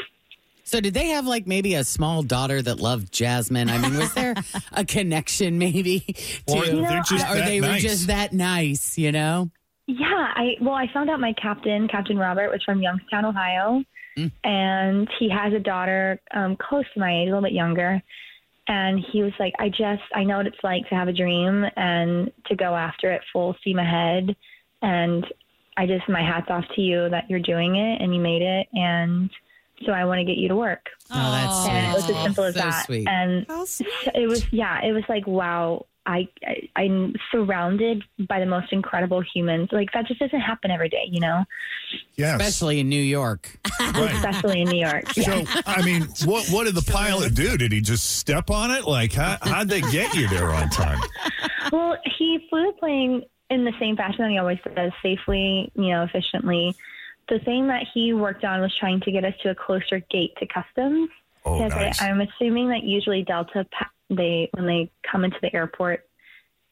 So did they have like maybe a small daughter that loved Jasmine? I mean, was there a connection maybe? To, Or they're just or that they were nice. just that nice, you know? Yeah, I well, I found out my captain, Captain Robert, was from Youngstown, Ohio, Mm. and he has a daughter um, close to my age, a little bit younger. And he was like, "I just, I know what it's like to have a dream and to go after it full steam ahead, and I just, my hats off to you that you're doing it and you made it, and so I want to get you to work." Oh, that's and it was sweet. as simple as So that. sweet. And it was, yeah, it was like, wow, I, I I'm surrounded by the most incredible humans. Like that just doesn't happen every day, you know, Yes. Especially in New York. especially in New York. So I mean, what what did the pilot do? Did he just step on it? Like how how'd they get you there on time? well, he flew the plane in the same fashion that he always does, safely, you know, efficiently. The thing that he worked on was trying to get us to a closer gate to customs. Oh, Because nice. I, I'm assuming that usually Delta, pa- they when they come into the airport,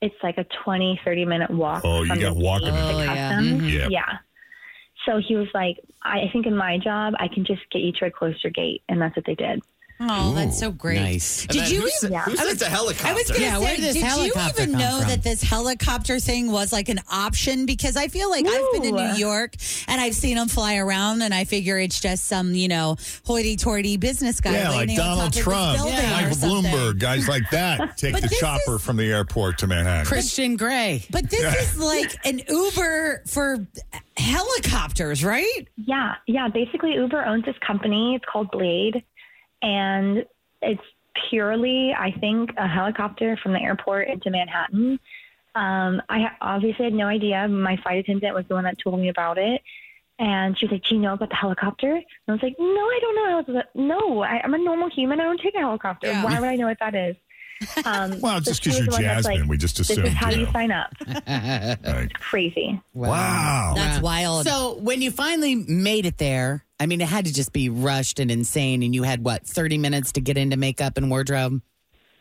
it's like a 20, 30 minute walk. Oh, you from got the walking gate to to do. Oh, yeah. Mm-hmm. Mm-hmm. customs. Mhm. Yep. yeah. So he was like, I, I think in my job, I can just get you to a closer gate. And that's what they did. Oh, that's so great. Nice. Did you even? who I sent was- the helicopter? I was going to Yeah, say, where did this did you helicopter even come know from? that this helicopter thing was like an option? Because I feel like I've been to New York and I've seen them fly around, and I figure it's just some you know hoity-toity business guy. yeah, like landing on Donald top of this Trump, building or Michael something. Bloomberg, guys like that take But the this chopper from the airport to Manhattan. Christian Gray. But this is like an Uber for helicopters, right? Yeah, yeah. Basically, Uber owns this company. It's called Blade, and it's purely, I think, a helicopter from the airport into Manhattan. Um, I ha- obviously had no idea. My flight attendant was the one that told me about it, and she was like, "Do you know about the helicopter?" And I was like, "No, I don't know. how to- No, I, I'm a normal human. I don't take a helicopter. Why would I know what that is?" Um, Well, so just she 'cause was you're the one that's like, Jasmine, we just This assumed, is how you you know." sign up. Crazy. Wow. That's wild. So when you finally made it there, I mean, it had to just be rushed and insane. And you had what, 30 minutes to get into makeup and wardrobe?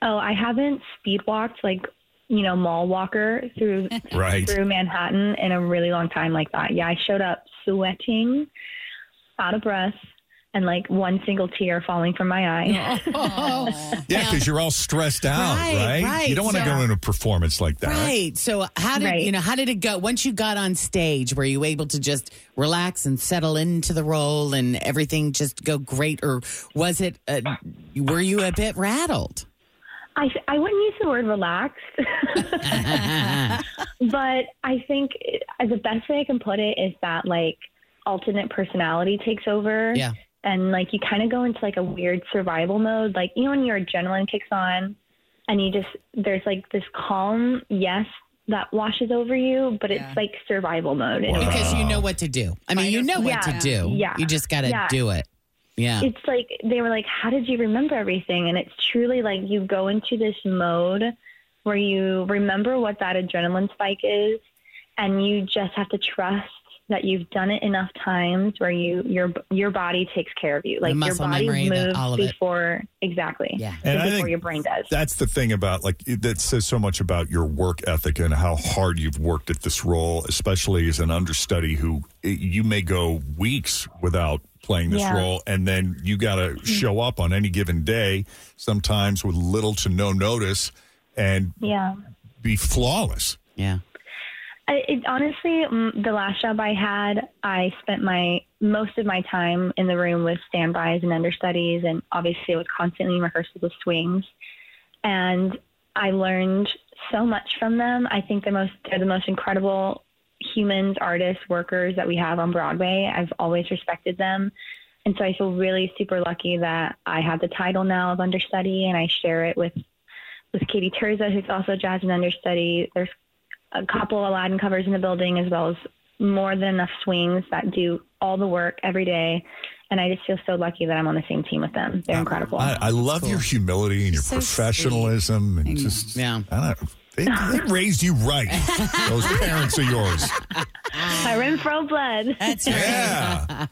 Oh, I haven't speed walked like you know mall walker through Right. through Manhattan in a really long time like that. Yeah, I showed up sweating, out of breath, and like one single tear falling from my eye. Yeah, because you're all stressed out, Right, right? right. You don't want to So- go in a performance like that. Right. So how did you know how did it go? Once you got on stage, were you able to just relax and settle into the role and everything just go great, or was it? Uh, were you a bit rattled? I I wouldn't use the word relaxed, but I think it- the best way I can put it is that like alternate personality takes over. Yeah. And like you kind of go into like a weird survival mode. Like you know when your adrenaline kicks on, and you just there's like this calm yes that washes over you, but it's like survival mode. And Because you know what to do. I mean, you know what Yeah, to do. yeah, You just got to yeah. do it. Yeah. it's like they were like, "How did you remember everything?" And it's truly like you go into this mode where you remember what that adrenaline spike is, and you just have to trust that you've done it enough times where you your your body takes care of you. Like your muscle body memory, the- moves all of it. before exactly. Yeah. And I before think- your brain does. That's the thing about like it- that says so much about your work ethic and how hard you've worked at this role, especially as an understudy who it, you may go weeks without playing this Yeah. Mm. role and then you got to show up on any given day, sometimes with little to no notice and Yeah. be flawless. Yeah. I, it, honestly, mm, the last job I had, I spent my most of my time in the room with standbys and understudies, and obviously I was constantly in rehearsals with swings. And I learned so much from them. I think the most they're the most incredible humans, artists, workers that we have on Broadway. I've always respected them. And so I feel really super lucky that I have the title now of understudy and I share it with with Katie Terza, who's also jazz and understudy. There's a couple Aladdin covers in the building, as well as more than enough swings that do all the work every day. And I just feel so lucky that I'm on the same team with them. They're incredible. I, I love your humility and your professionalism and just yeah. I don't, they, they raised you right. Those parents of yours. I ran pro blood. That's Yeah.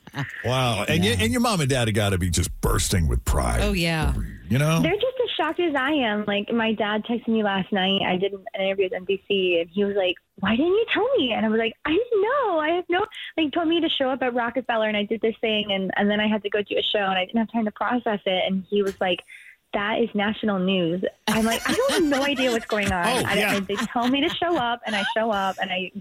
Wow. And you, and your mom and dad have got to be just bursting with pride. Oh yeah. You know? They're just as shocked as I am. Like my dad texted me last night. I did an interview with NBC, and he was like, "Why didn't you tell me?" And I was like, "I didn't know. I have no." Like he told me to show up at Rockefeller, and I did this thing, and and then I had to go do a show, and I didn't have time to process it. And he was like. That is national news. I'm like, I don't have no idea what's going on. Oh, I, yeah. I- they tell me to show up, and I show up, and I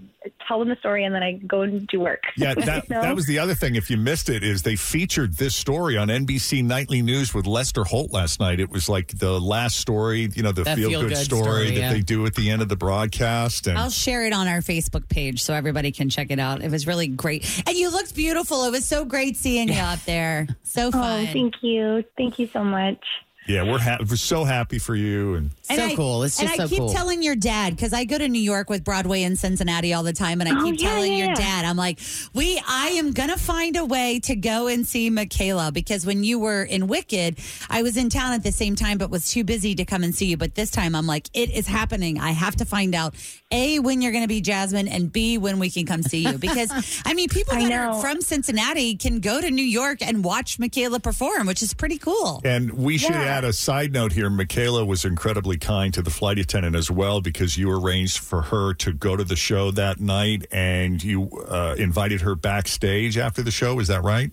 tell them the story, and then I go and do work. Yeah, that, No. that was the other thing. If you missed it, is they featured this story on NBC Nightly News with Lester Holt last night. It was like the last story, you know, the That feel good feel-good story, story, that yeah. they do at the end of the broadcast. And I'll share it on our Facebook page so everybody can check it out. It was really great. And you looked beautiful. It was so great seeing you out there. So fun. Oh, thank you, thank you so much. yeah, we're ha- we're so happy for you. And And I- and I keep telling your dad because I go to New York with Broadway and Cincinnati all the time, and I Oh, keep yeah, telling yeah, your yeah. dad, I'm like, we, I am gonna find a way to go and see Michaela because when you were in Wicked, I was in town at the same time, but was too busy to come and see you. But this time, I'm like, it is happening. I have to find out a when you're gonna be Jasmine, and b when we can come see you because I mean, people that are from Cincinnati can go to New York and watch Michaela perform, which is pretty cool. And we should Yeah. add a side note here. Michaela was incredibly kind to the flight attendant as well because you arranged for her to go to the show that night and you uh, invited her backstage after the show. Is that right?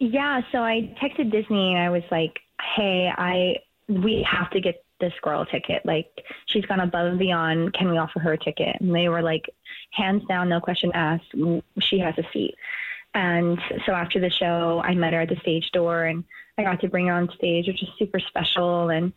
Yeah, so I texted Disney and I was like, "Hey, I we have to get this girl a ticket. Like she's gone above and beyond. Can we offer her a ticket?" And they were like, "Hands down, no question asked. She has a seat." And so after the show, I met her at the stage door and I got to bring her on stage, which is super special. And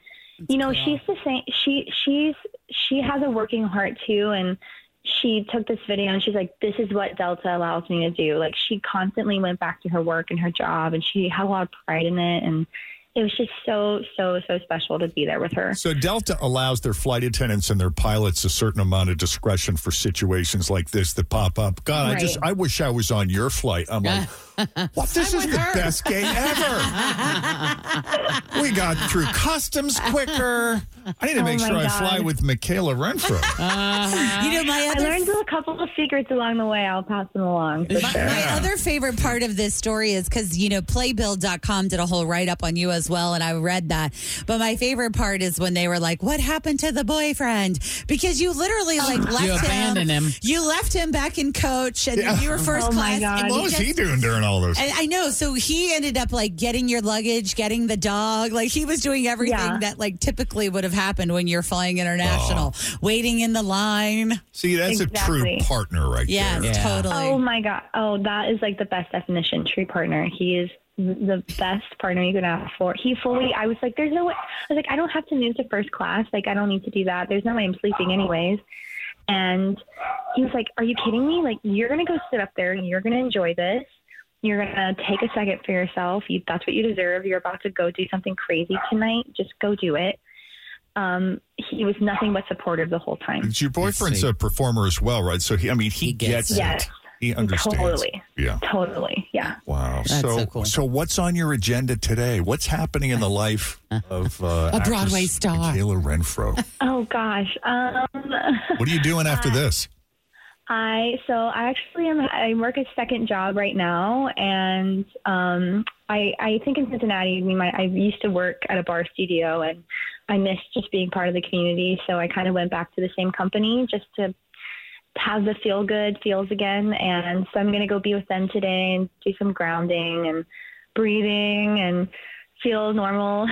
you know, she's the same. She she's she has a working heart too, and she took this video and she's like, "This is what Delta allows me to do." Like she constantly went back to her work and her job, and she had a lot of pride in it, and it was just so so so special to be there with her. So Delta allows their flight attendants and their pilots a certain amount of discretion for situations like this that pop up. God, I just Right. I wish I was on your flight. I'm like, what? This is the best game ever. we got through customs quicker. I need to Oh make my sure I God. fly with Michaela Renfro. You know, my Uh, I other learned a couple of secrets along the way. I'll pass them along. for sure. My other favorite part of this story is because, you know, playbill.com did a whole write up on you as well, and I read that. But my favorite part is when they were like, What happened to the boyfriend? Because you literally Oh. like left You abandoned him. You left him back in coach, and Yeah. you were first Oh, my class. God. and what you was just- he doing during all this? I, I know. So he ended up like getting your luggage, getting the dog. Like he was doing everything Yeah. that like typically would have happened when you're flying international, waiting in the line. Oh. See, that's a Exactly. true partner right Yes, there. totally. Oh my god! Oh, that is like the best definition. True partner. He is the best partner you can ask for. He fully. I was like, there's no way. I was like, I don't have to move to first class. Like, I don't need to do that. There's no way I'm sleeping anyways. And he was like, Are you kidding me? Like, you're gonna go sit up there and you're gonna enjoy this. You're gonna take a second for yourself. You, that's what you deserve. You're about to go do something crazy tonight. Just go do it. Um, he was nothing but supportive the whole time. It's Your boyfriend's a performer as well, right? So he, I mean, he, gets, it. Yes. He understands. Totally. Yeah. Totally. Yeah. Wow. That's so, so so, cool. what's on your agenda today? What's happening in the life of uh, A Broadway star. Kayla Renfro? Oh gosh. Um, Uh, What are you doing after this? I so I actually am I work a second job right now, and um, I I think in Cincinnati, I mean, my, I used to work at a bar studio, and I missed just being part of the community, so I kind of went back to the same company just to have the feel good feels again, and so I'm gonna go be with them today and do some grounding and breathing and feel normal.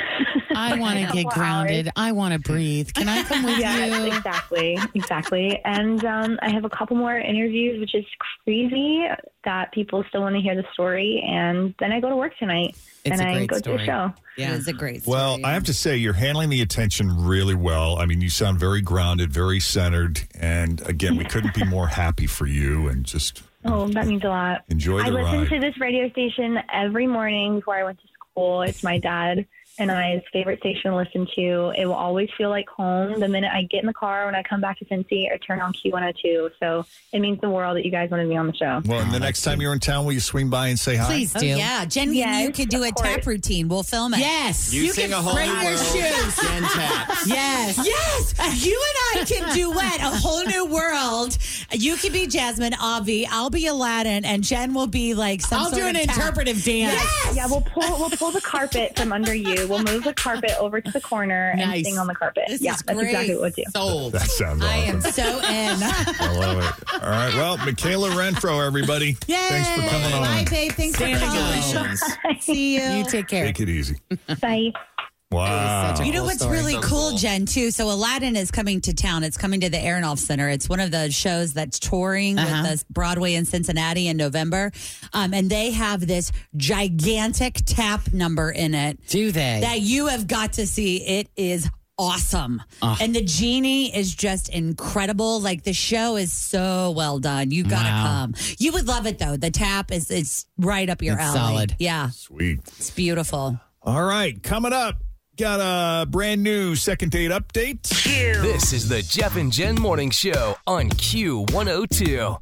I want to get grounded. I want to breathe. Can I come with yes, you? exactly, exactly. And um, I have a couple more interviews, which is crazy that people still want to hear the story. And then I go to work tonight, It's and a I great go to story. the show. Yeah, it's a great. Well, I have to say, you're handling the attention really well. I mean, you sound very grounded, very centered. And again, we couldn't be more happy for you and just Oh, that means a lot. enjoy I the listen ride. to this radio station every morning before I went to school. It's my dad and I's favorite station to listen to. It will always feel like home the minute I get in the car when I come back to Cincy or turn on Q102. So it means the world that you guys wanted me on the show. Well, and the next time you're in town, will you swing by and say hi? Please Oh, do. Oh, yeah, Jen, you could do a tap routine. We'll film it. Yes. You You sing can a whole break break new your world, shoes. Jen taps. Yes. Yes. You and I can duet a whole new world. You could be Jasmine, Avi. I'll be Aladdin, and Jen will be like some I'll sort do of an tap. interpretive dance. Yes. Yeah, we'll pull we'll pull the carpet from under you. We'll move the carpet over to the corner Nice. and sing on the carpet. This yeah, is that's exactly great. what we'll do. Sold. That sounds I am awesome. so in. I love it. All right. Well, Michaela Renfro, everybody. Yay. Thanks for coming on. Bye, babe. Thanks Standing for calling. ovations. See you. You take care. Take it easy. Bye. Wow. such a You know cool what's story. really Um, So cool, Jen, too? So Aladdin is coming to town. It's coming to the Aronoff Center. It's one of the shows that's touring Uh-huh. with us Broadway in Cincinnati in November. Um, and they have this gigantic tap number in it Do they? that you have got to see. It is awesome. Ah. And the genie is just incredible. Like the show is so well done. You gotta Wow. come. You would love it though. The tap is it's right up your It's alley. solid. Yeah. Sweet. It's beautiful. All right. Coming up, got a brand new second date update. This is the Jeff and Jen Morning Show on Q102.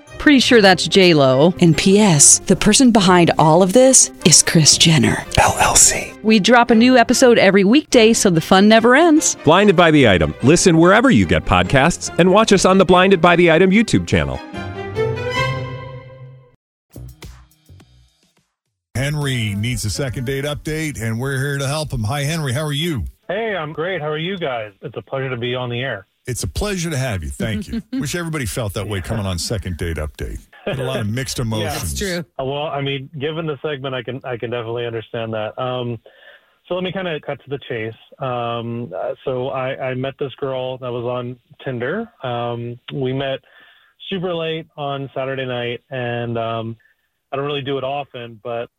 Pretty sure that's J Lo. And P.S. The person behind all of this is Chris Jenner LLC. We drop a new episode every weekday, so the fun never ends. Blinded by the item. Listen wherever you get podcasts, and watch us on the Blinded by the Item YouTube channel. Henry needs a second date update, and we're here to help him. Hi, Henry. How are you? Hey, I'm great. How are you guys? It's a pleasure to be on the air. It's a pleasure to have you. Thank you. Wish everybody felt that way coming on second date update. Had a lot of mixed emotions. true. Uh, Well, I mean, given the segment, I can I can definitely understand that. Um, so let me kind of cut to the chase. Um, uh, so I, I met this girl that was on Tinder. Um, we met super late on Saturday night, and um, I don't really do it often, but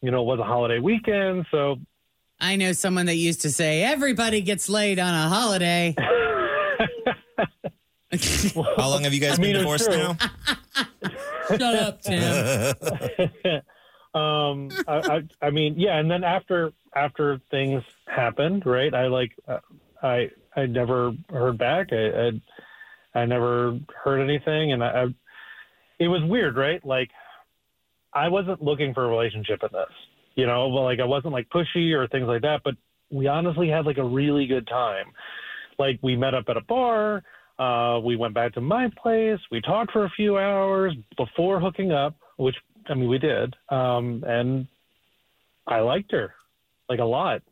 you know, it was a holiday weekend, so I know someone that used to say, everybody gets laid on a holiday. How long have you guys I mean, been it's divorced true. now? Shut up, Tim. um, I, I, I mean, yeah. And then after after things happened, right? I like, uh, I I never heard back. I I, I never heard anything, and I, I it was weird, right? Like, I wasn't looking for a relationship in this, you know. Well, like I wasn't like pushy or things like that, but we honestly had like a really good time. Like we met up at a bar. Uh, we went back to my place. We talked for a few hours before hooking up, which I mean we did. Um, and I liked her like a lot.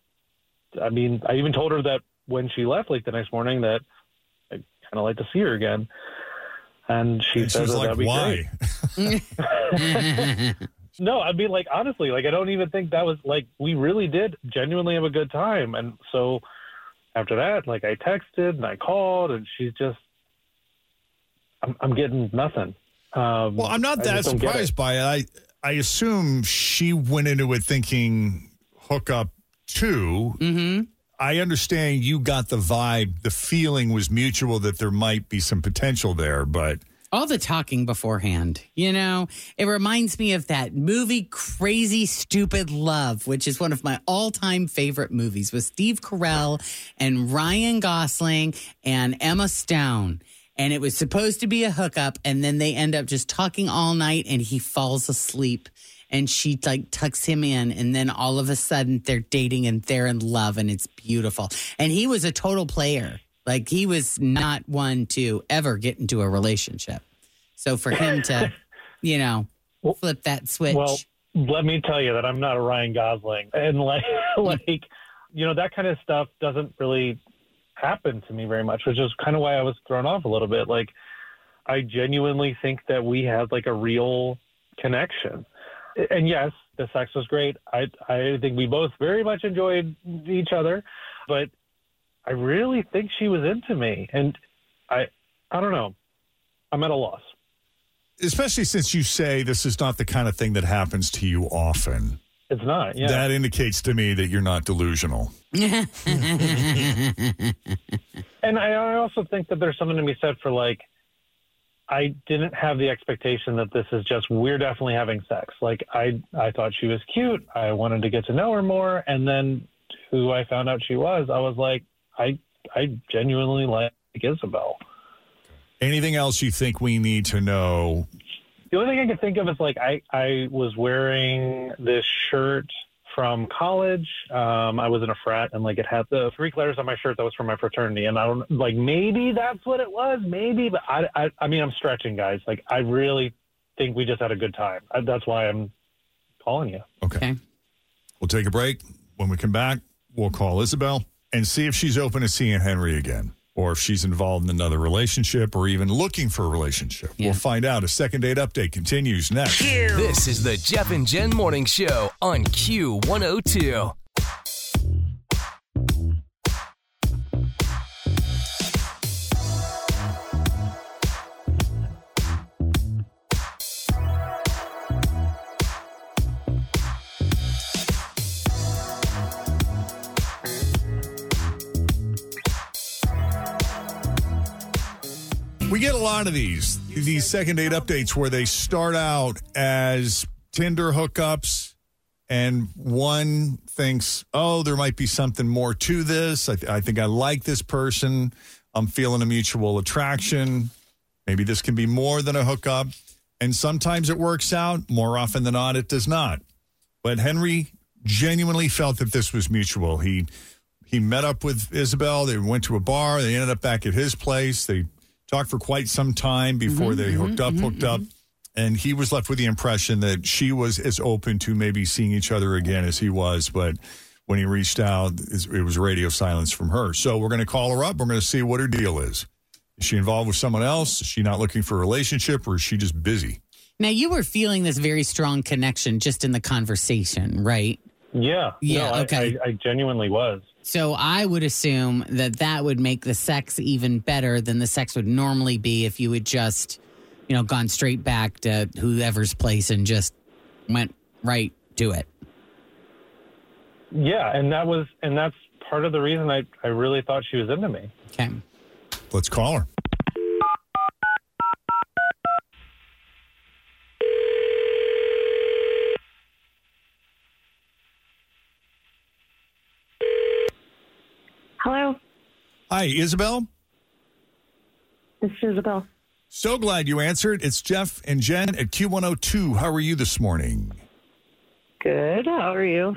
I mean, I even told her that when she left, like the next morning, that I kind of like to see her again. And she And she said was that like, that'd be great. why? No, I mean, like, honestly, like, I don't even think that was like, we really did genuinely have a good time. And so after that, like, I texted and I called, and she's just, I'm, I'm getting nothing. Um, Well, I'm not I that just don't get it. surprised by it. I I assume she went into it thinking hookup 2 Mm-hmm. I understand you got the vibe, the feeling was mutual that there might be some potential there, but all the talking beforehand. You know, it reminds me of that movie Crazy Stupid Love, which is one of my all time favorite movies with Steve Carell and Ryan Gosling and Emma Stone. And it was supposed to be a hookup, and then they end up just talking all night, and he falls asleep. And she like tucks him in, and then all of a sudden they're dating and they're in love, and it's beautiful. And he was a total player. Like he was not one to ever get into a relationship. So for him to, you know, flip that switch. Well, let me tell you that I'm not a Ryan Gosling, and like, like, you know, that kind of stuff doesn't really happen to me very much, which is kind of why I was thrown off a little bit. Like, I genuinely think that we had like a real connection, and yes, the sex was great. I I think we both very much enjoyed each other, but I really think she was into me, and I I don't know. I'm at a loss. especially since you say this is not the kind of thing that happens to you often. It's not. Yeah. That indicates to me that you're not delusional. and I, I also think that there's something to be said for like, I didn't have the expectation that this is just we're definitely having sex. Like I, I thought she was cute. I wanted to get to know her more, and then who I found out she was, I was like, I, I genuinely like Isabel. Anything else you think we need to know? The only thing I can think of is like I, I was wearing this shirt from college. Um, I was in a frat and like it had the Greek letters on my shirt that was from my fraternity. And I don't like maybe that's what it was, maybe. But I, I, I mean, I'm stretching, guys. Like I really think we just had a good time. I, that's why I'm calling you. Okay. We'll take a break. When we come back, we'll call Isabel and see if she's open to seeing Henry again or if she's involved in another relationship or even looking for a relationship. We'll find out. A second date update continues next. This is the Jeff and Jen Morning Show on Q102. We get a lot of these these second date updates where they start out as Tinder hookups, and one thinks, "Oh, there might be something more to this. I, th- I think I like this person. I'm feeling a mutual attraction. Maybe this can be more than a hookup." And sometimes it works out. More often than not, it does not. But Henry genuinely felt that this was mutual. He he met up with Isabel. They went to a bar. They ended up back at his place. They talked for quite some time before they hooked up, hooked up. And he was left with the impression that she was as open to maybe seeing each other again as he was. But when he reached out, it was radio silence from her. So we're going to call her up. We're going to see what her deal is. Is she involved with someone else? Is she not looking for a relationship or is she just busy? Now you were feeling this very strong connection just in the conversation, right? Yeah. Yeah, No, I- okay. I, I genuinely was. So I would assume that that would make the sex even better than the sex would normally be if you had just, you know, gone straight back to whoever's place and just went right to it. Yeah, and that was and that's part of the reason I, I really thought she was into me. Okay. Let's call her. Hello, Hi, Isabel. this is Isabel. So glad you answered. It's Jeff and Jen at Q102. How are you this morning? Good. How are you?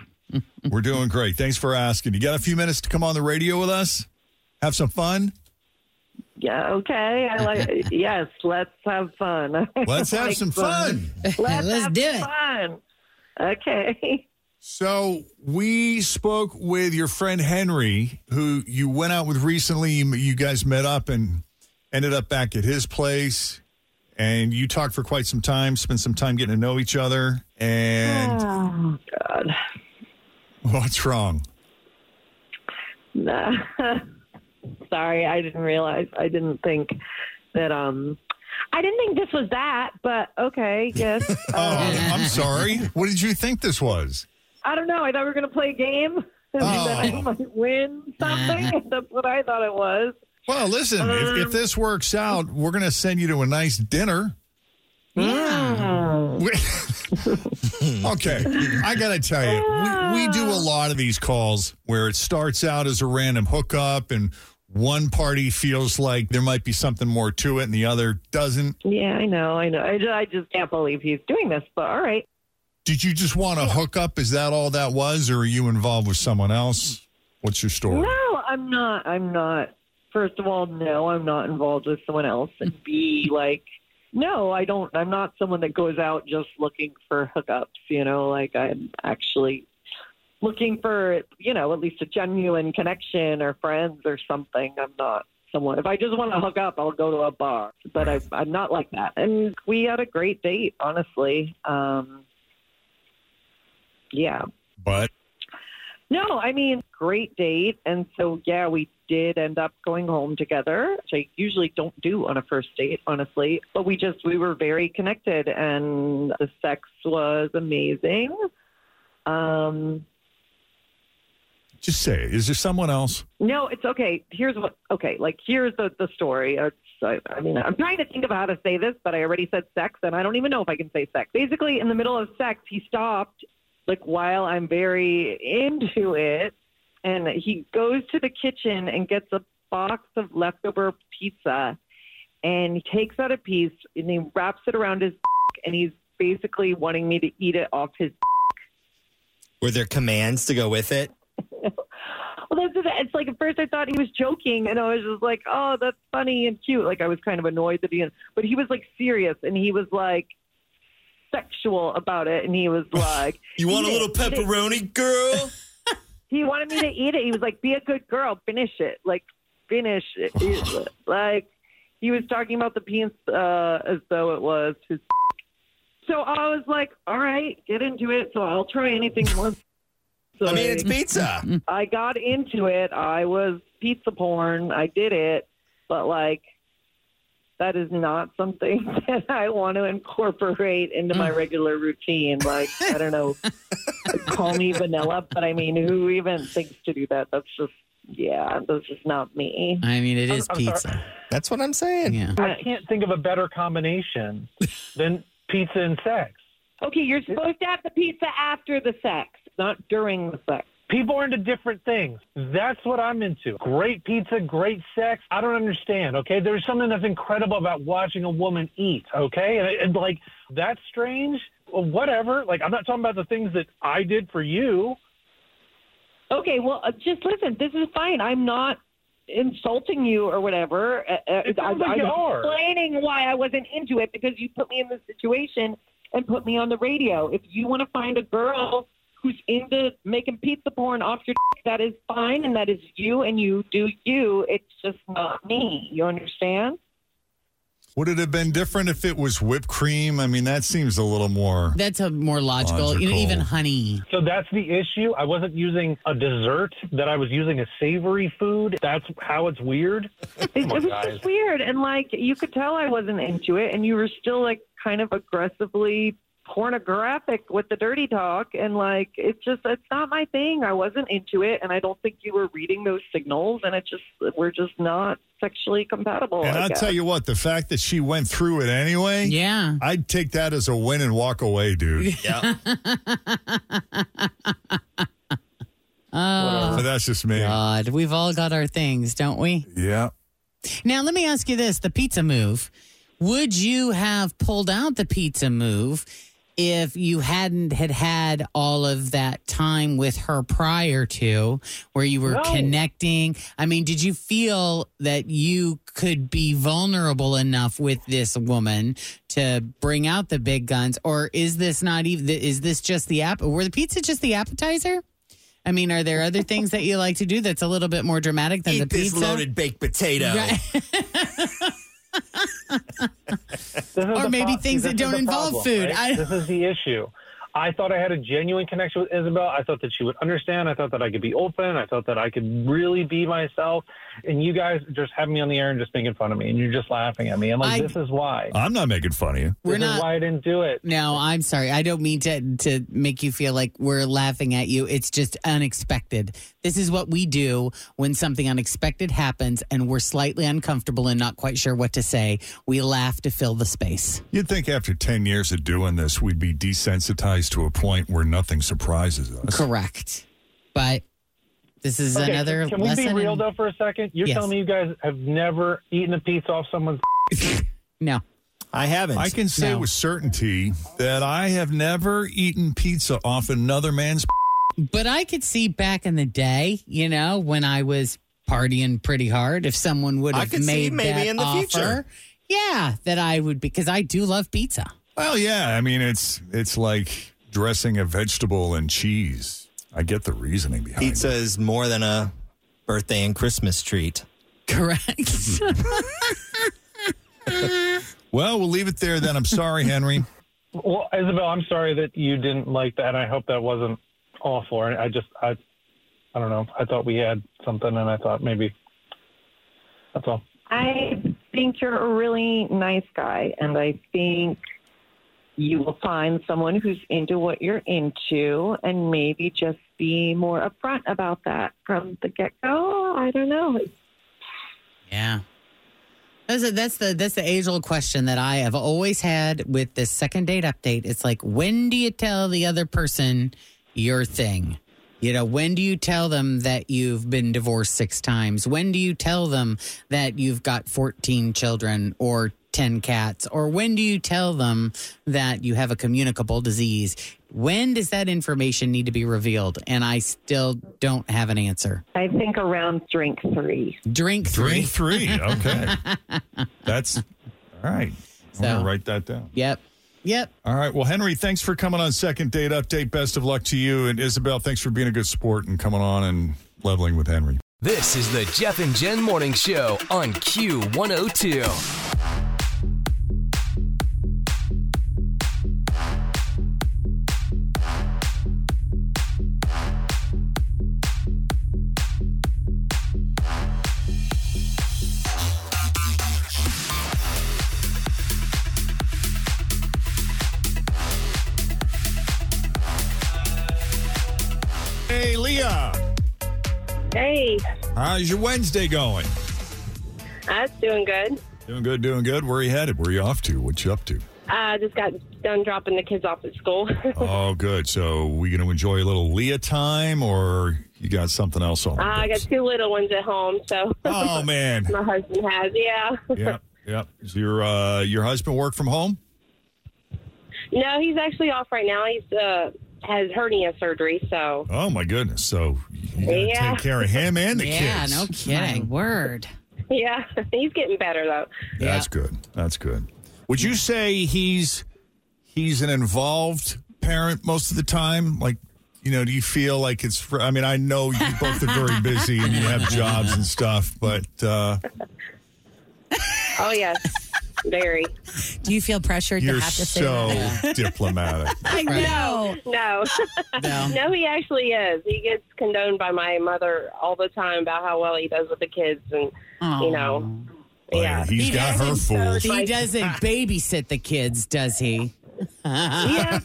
We're doing great. Thanks for asking. You got a few minutes to come on the radio with us? Have some fun? Yeah. Okay. I like. yes. Let's have fun. Let's have Like some fun. Let's, have do fun. Okay. So we spoke with your friend Henry, who you went out with recently. You, you guys met up and ended up back at his place, and you talked for quite some time, spent some time getting to know each other. And Oh God. what's wrong? Nah. Sorry, I didn't realize. I didn't think that. Um, I didn't think this was that. But okay. Um, Yes. Oh, I'm sorry. What did you think this was? I don't know. I thought we were gonna play a game. and that Oh. I might win something. That's what I thought it was. Well, listen, if, Um, if this works out, we're going to send you to a nice dinner. We- okay, I got to tell you, we, we do a lot of these calls where it starts out as a random hookup and one party feels like there might be something more to it and the other doesn't. Yeah, I know, I know. I just, I just can't believe he's doing this, but all right. Did you just want to hook up? Is that all that was, or are you involved with someone else? What's your story? No, I'm not. I'm not. First of all, no, I'm not involved with someone else. And B, like, no, I don't. I'm not someone that goes out just looking for hookups. You know, like I'm actually looking for, you know, at least a genuine connection or friends or something. I'm not someone. If I just want to hook up, I'll go to a bar. But I, I'm not like that. And we had a great date, honestly. Um, yeah, But no, I mean, great date. And so, yeah, we did end up going home together, which I usually don't do on a first date, honestly. But we just, we were very connected and the sex was amazing. Um, just say, it. is there someone else? no, it's okay. Here's what, okay, like, here's the, the story. It's, I, I mean, I'm trying to think of how to say this, but I already said sex, and I don't even know if I can say sex. Basically, in the middle of sex, he stopped, like, while I'm very into it, and he goes to the kitchen and gets a box of leftover pizza, and he takes out a piece and he wraps it around his, and he's basically wanting me to eat it off his Were there commands to go with it? Well, that's the- it's like at first I thought he was joking, and I was just like, "Oh, that's funny and cute." Like I was kind of annoyed that he, but he was like serious, and he was like sexual about it, and he was like, You want "Eat a little it, eat it." pepperoni, girl? He wanted me to eat it. He was like, "Be a good girl, finish it, like finish it." Eat it." like he was talking about the penis uh, as though it was his. So I was like, "All right, get into it." So I'll try anything once. I mean, it's pizza. I got into it. I was pizza porn. I did it, but like that is not something that I want to incorporate into my regular routine. Like I don't know, call me vanilla, but I mean, who even thinks to do that? That's just yeah, that's just not me. I mean, it I'm- is I'm sorry. pizza. That's what I'm saying. Yeah. I can't think of a better combination than pizza and sex. Okay, you're supposed to have the pizza after the sex, not during the sex. People are into different things. That's what I'm into. Great pizza, great sex. I don't understand. Okay, there's something that's incredible about watching a woman eat. Okay, and, and like that's strange. Well, whatever. Like I'm not talking about the things that I did for you. Okay, well, uh, just listen. This is fine. I'm not insulting you or whatever. Uh, uh, It sounds I, like I'm you are. explaining why I wasn't into it because you put me in this situation and put me on the radio. If you want to find a girl who's into making pizza porn off your dick, that is fine, and that is you, and you do you. It's just not me. You understand? Would it have been different if it was whipped cream? I mean, that seems a little more. That's a more logical, you know, Logical. even honey. So that's the issue. I wasn't using a dessert. That I was using a savory food. That's how it's weird. It, Come on, it was guys. just weird, and like you could tell I wasn't into it, and you were still like kind of aggressively pornographic with the dirty talk, and like it's just it's not my thing. I wasn't into it, and I don't think you were reading those signals, and it just we're just not sexually compatible. And I I'll guess. tell you what, the fact that she went through it anyway, yeah, I'd take that as a win and walk away, dude. Yeah. Oh, But that's just me. God. We've all got our things, don't we? Yeah. Now, let me ask you this the pizza move. Would you have pulled out the pizza move if you hadn't had had all of that time with her prior to where you were No. connecting? I mean, did you feel that you could be vulnerable enough with this woman to bring out the big guns or is this not even is this just the app were the pizza just the appetizer? I mean, are there other things that you like to do that's a little bit more dramatic than the Eat this pizza? loaded baked potato. Right. This is Or the maybe things this that is don't the involve problem, food. right? I- This is the issue. I thought I had a genuine connection with Isabel. I thought that she would understand. I thought that I could be open. I thought that I could really be myself. And you guys just have me on the air and just making fun of me, and you're just laughing at me. And like, I- this is why. I'm not making fun of you. We're this not- is why I didn't do it. No, I'm sorry. I don't mean to to make you feel like we're laughing at you. It's just unexpected. This is what we do when something unexpected happens and we're slightly uncomfortable and not quite sure what to say. We laugh to fill the space. You'd think after 10 years of doing this, we'd be desensitized to a point where nothing surprises us. Correct. But this is Okay, another Can we lesson. be real in- though for a second? You're Yes. telling me you guys have never eaten a pizza off someone's. no. I haven't. I can say No. with certainty that I have never eaten pizza off another man's. But I could see back in the day, you know, when I was partying pretty hard, if someone would I have could see made maybe that in the offer, future. yeah, that I would because I do love pizza. Well, yeah. I mean, it's it's like dressing a vegetable and cheese. I get the reasoning behind Pizza is more than a birthday and Christmas treat. Correct. it. Well, we'll leave it there then. I'm sorry, Henry. Well, Isabel, I'm sorry that you didn't like that, and I hope that wasn't awful. And I just, I, I don't know. I thought we had something, and I thought maybe that's all. I think you're a really nice guy, and I think you will find someone who's into what you're into, and maybe just be more upfront about that from the get go. I don't know. Yeah. That's, a, that's the that's the age old question that I have always had with this second date update. It's like when do you tell the other person your thing? You know, when do you tell them that you've been divorced six times? When do you tell them that you've got 14 children or 10 cats? Or when do you tell them that you have a communicable disease? When does that information need to be revealed? And I still don't have an answer. I think around drink three. Drink Drink three. Okay. That's all right. I'm going So- to write that down. Yep. Yep. All right. Well, Henry, thanks for coming on Second Date Update. Best of luck to you. And Isabel, thanks for being a good sport and coming on and leveling with Henry. This is the Jeff and Jen Morning Show on Q102. Hey, Leah. Hey, How's your Wednesday going? that's Ah, doing good. Doing good, doing good. Where are you headed? Where are you off to? What you up to? I just got done dropping the kids off at school. oh, good. So we going to enjoy a little Leah time or you got something else on? Ah, I got two little ones at home, so. Oh, man. My husband has, yeah. yep. Yep. Is your, uh, your husband work from home? No, he's actually off right now. He's uh has hernia surgery, so. Oh, my goodness. So you got to Yeah. take care of him and the Ah. Yeah, kids. no kidding. word. Yeah, he's getting better though. That's good. That's good. Would you say he's he's an involved parent most of the time? Like, you know, do you feel like it's? fr- I mean, I know you both are very busy and you have jobs and stuff, but uh, Oh yes, very. Do you feel pressured you're to have to say so that? diplomatic. I know. No. No. he actually is. He gets condoned by my mother all the time about how well he does with the kids and you know. Yeah. He's He got her doesn't fooled. He doesn't babysit the kids, does he? yeah.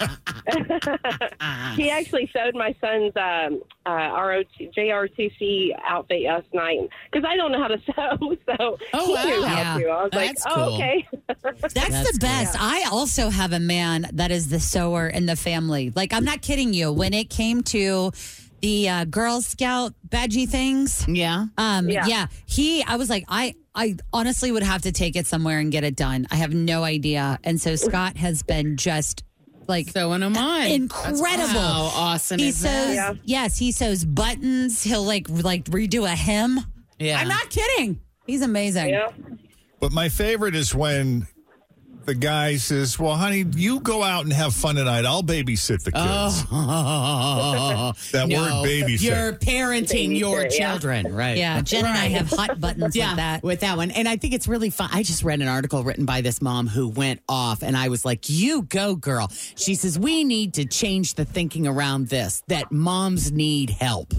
he actually sewed my son's um, uh, RO JR2C outfit last night because I don't know how to sew. So Oh, he wow. knew how to. I was That's like, cool. oh, okay. That's, the best. I also have a man that is the sewer in the family. Like, I'm not kidding you. When it came to the uh, Girl Scout badgie things, yeah, um, yeah. Yeah. he, I was like, I, I honestly would have to take it somewhere and get it done. I have no idea. And so Scott has been just like sewing them on. Incredible! Wow, awesome He is sews. that? Yeah. Yes, he sews buttons. He'll like re- like redo a hem. Yeah. I'm not kidding. He's amazing. But my favorite is when the guy says, "Well, honey, you go out and have fun tonight. I'll babysit the kids." Oh, that no. word babysit. You're parenting your Babysit, yeah. children, right? Yeah, Jen and I Right. have hot buttons with yeah, that. With that one, and I think it's really fun. I just read an article written by this mom who went off, and I was like, "You go, girl." She says we need to change the thinking around this that moms need help.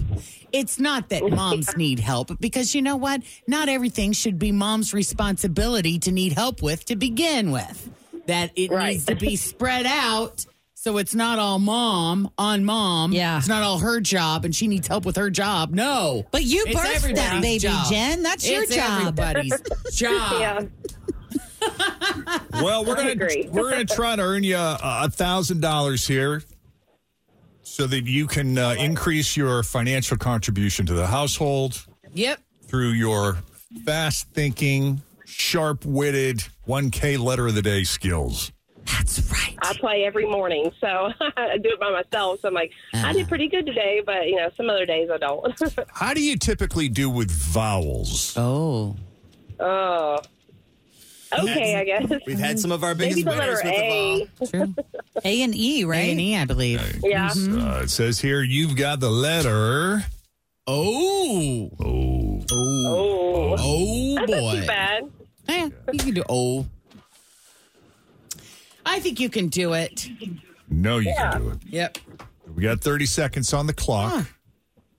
It's not that moms need help because you know what? Not everything should be mom's responsibility to need help with to begin with. That it needs to be spread out. So it's not all mom on mom. Yeah. It's not all her job and she needs help with her job. No. But you It's birthed that everybody's baby, Jen. That's your It's job. Everybody's job. Yeah. Well, we're gonna we're gonna try to earn you uh, a thousand dollars here, so that you can uh, increase your financial contribution to the household. Yep. Through your fast thinking, sharp witted, one K letter of the day skills. I play every morning, so I do it by myself. So I'm like, I Ah. did pretty good today, but you know, some other days I don't. How do you typically do with vowels? Oh, oh, okay, I guess We've had some of our maybe biggest the letter winners with the A. A and E, right? Mm-hmm. A and E, I believe. Yeah. Uh, it says here you've got the letter. Oh. Oh. Oh. Oh, That's not boy. too bad. Yeah, you can do oh. I think you can do it. No, you can do it. Yep. We got 30 seconds on the clock.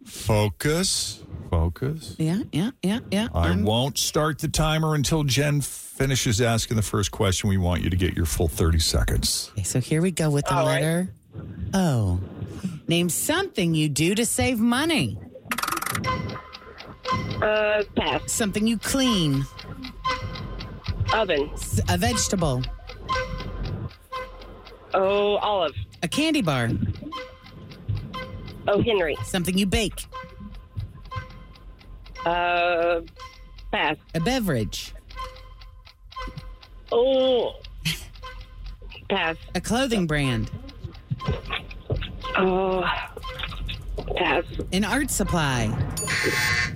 Focus. Focus. Yeah, yeah, yeah, yeah. I won't start the timer until Jen finishes asking the first question. We want you to get your full 30 seconds. Okay, so here we go with the letter O. Name something you do to save money. Uh, pass. Something you clean. Oven. A vegetable. Oh, olive. A candy bar. Oh, Henry. Something you bake. Uh, pass. A beverage. Oh, pass. A clothing brand. Oh, pass. An art supply.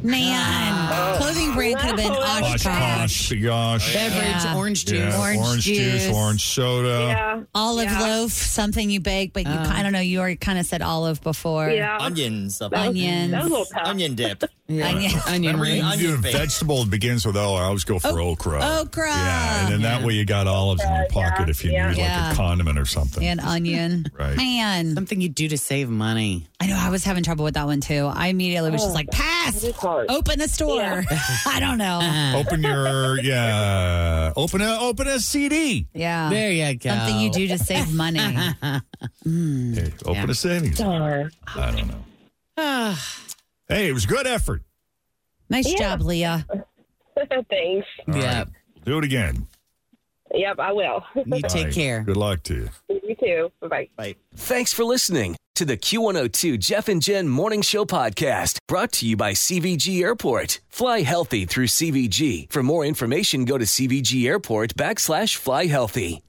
Man, Oh. clothing brand could have been Oshkosh. Oshkosh, gosh. Beverage, Yeah. orange juice. orange, Orange juice, juice. orange soda. Olive loaf, something you bake, but you, Oh. I don't know, you already kind of said olive before. Onions. up- Onions. Onion dip. Yeah. Onion- onion Remember, rings. You do a Onion bake. vegetable that begins with O. I always go for okra. Okra. Yeah, and then that way you got olives in your pocket if you yeah. need like Yeah. a condiment or something. And onion. Right. Man. Something you do to save money. I know I was having trouble with that one too. I immediately was Oh. just like, pass. Open the store. I don't Uh-huh. know. Open your yeah. Open a open a CD. Yeah. There you go. Something you do to save money. Mm. Hey, open a savings. I don't know. Hey, it was good effort. nice job, Leah. Thanks. Yeah. Do it again. Yep, I will. take care. Good luck to you. You too. Bye bye. Thanks for listening to the Q102 Jeff and Jen Morning Show podcast brought to you by CVG Airport. Fly healthy through CVG. For more information, go to CVG Airport backslash fly healthy.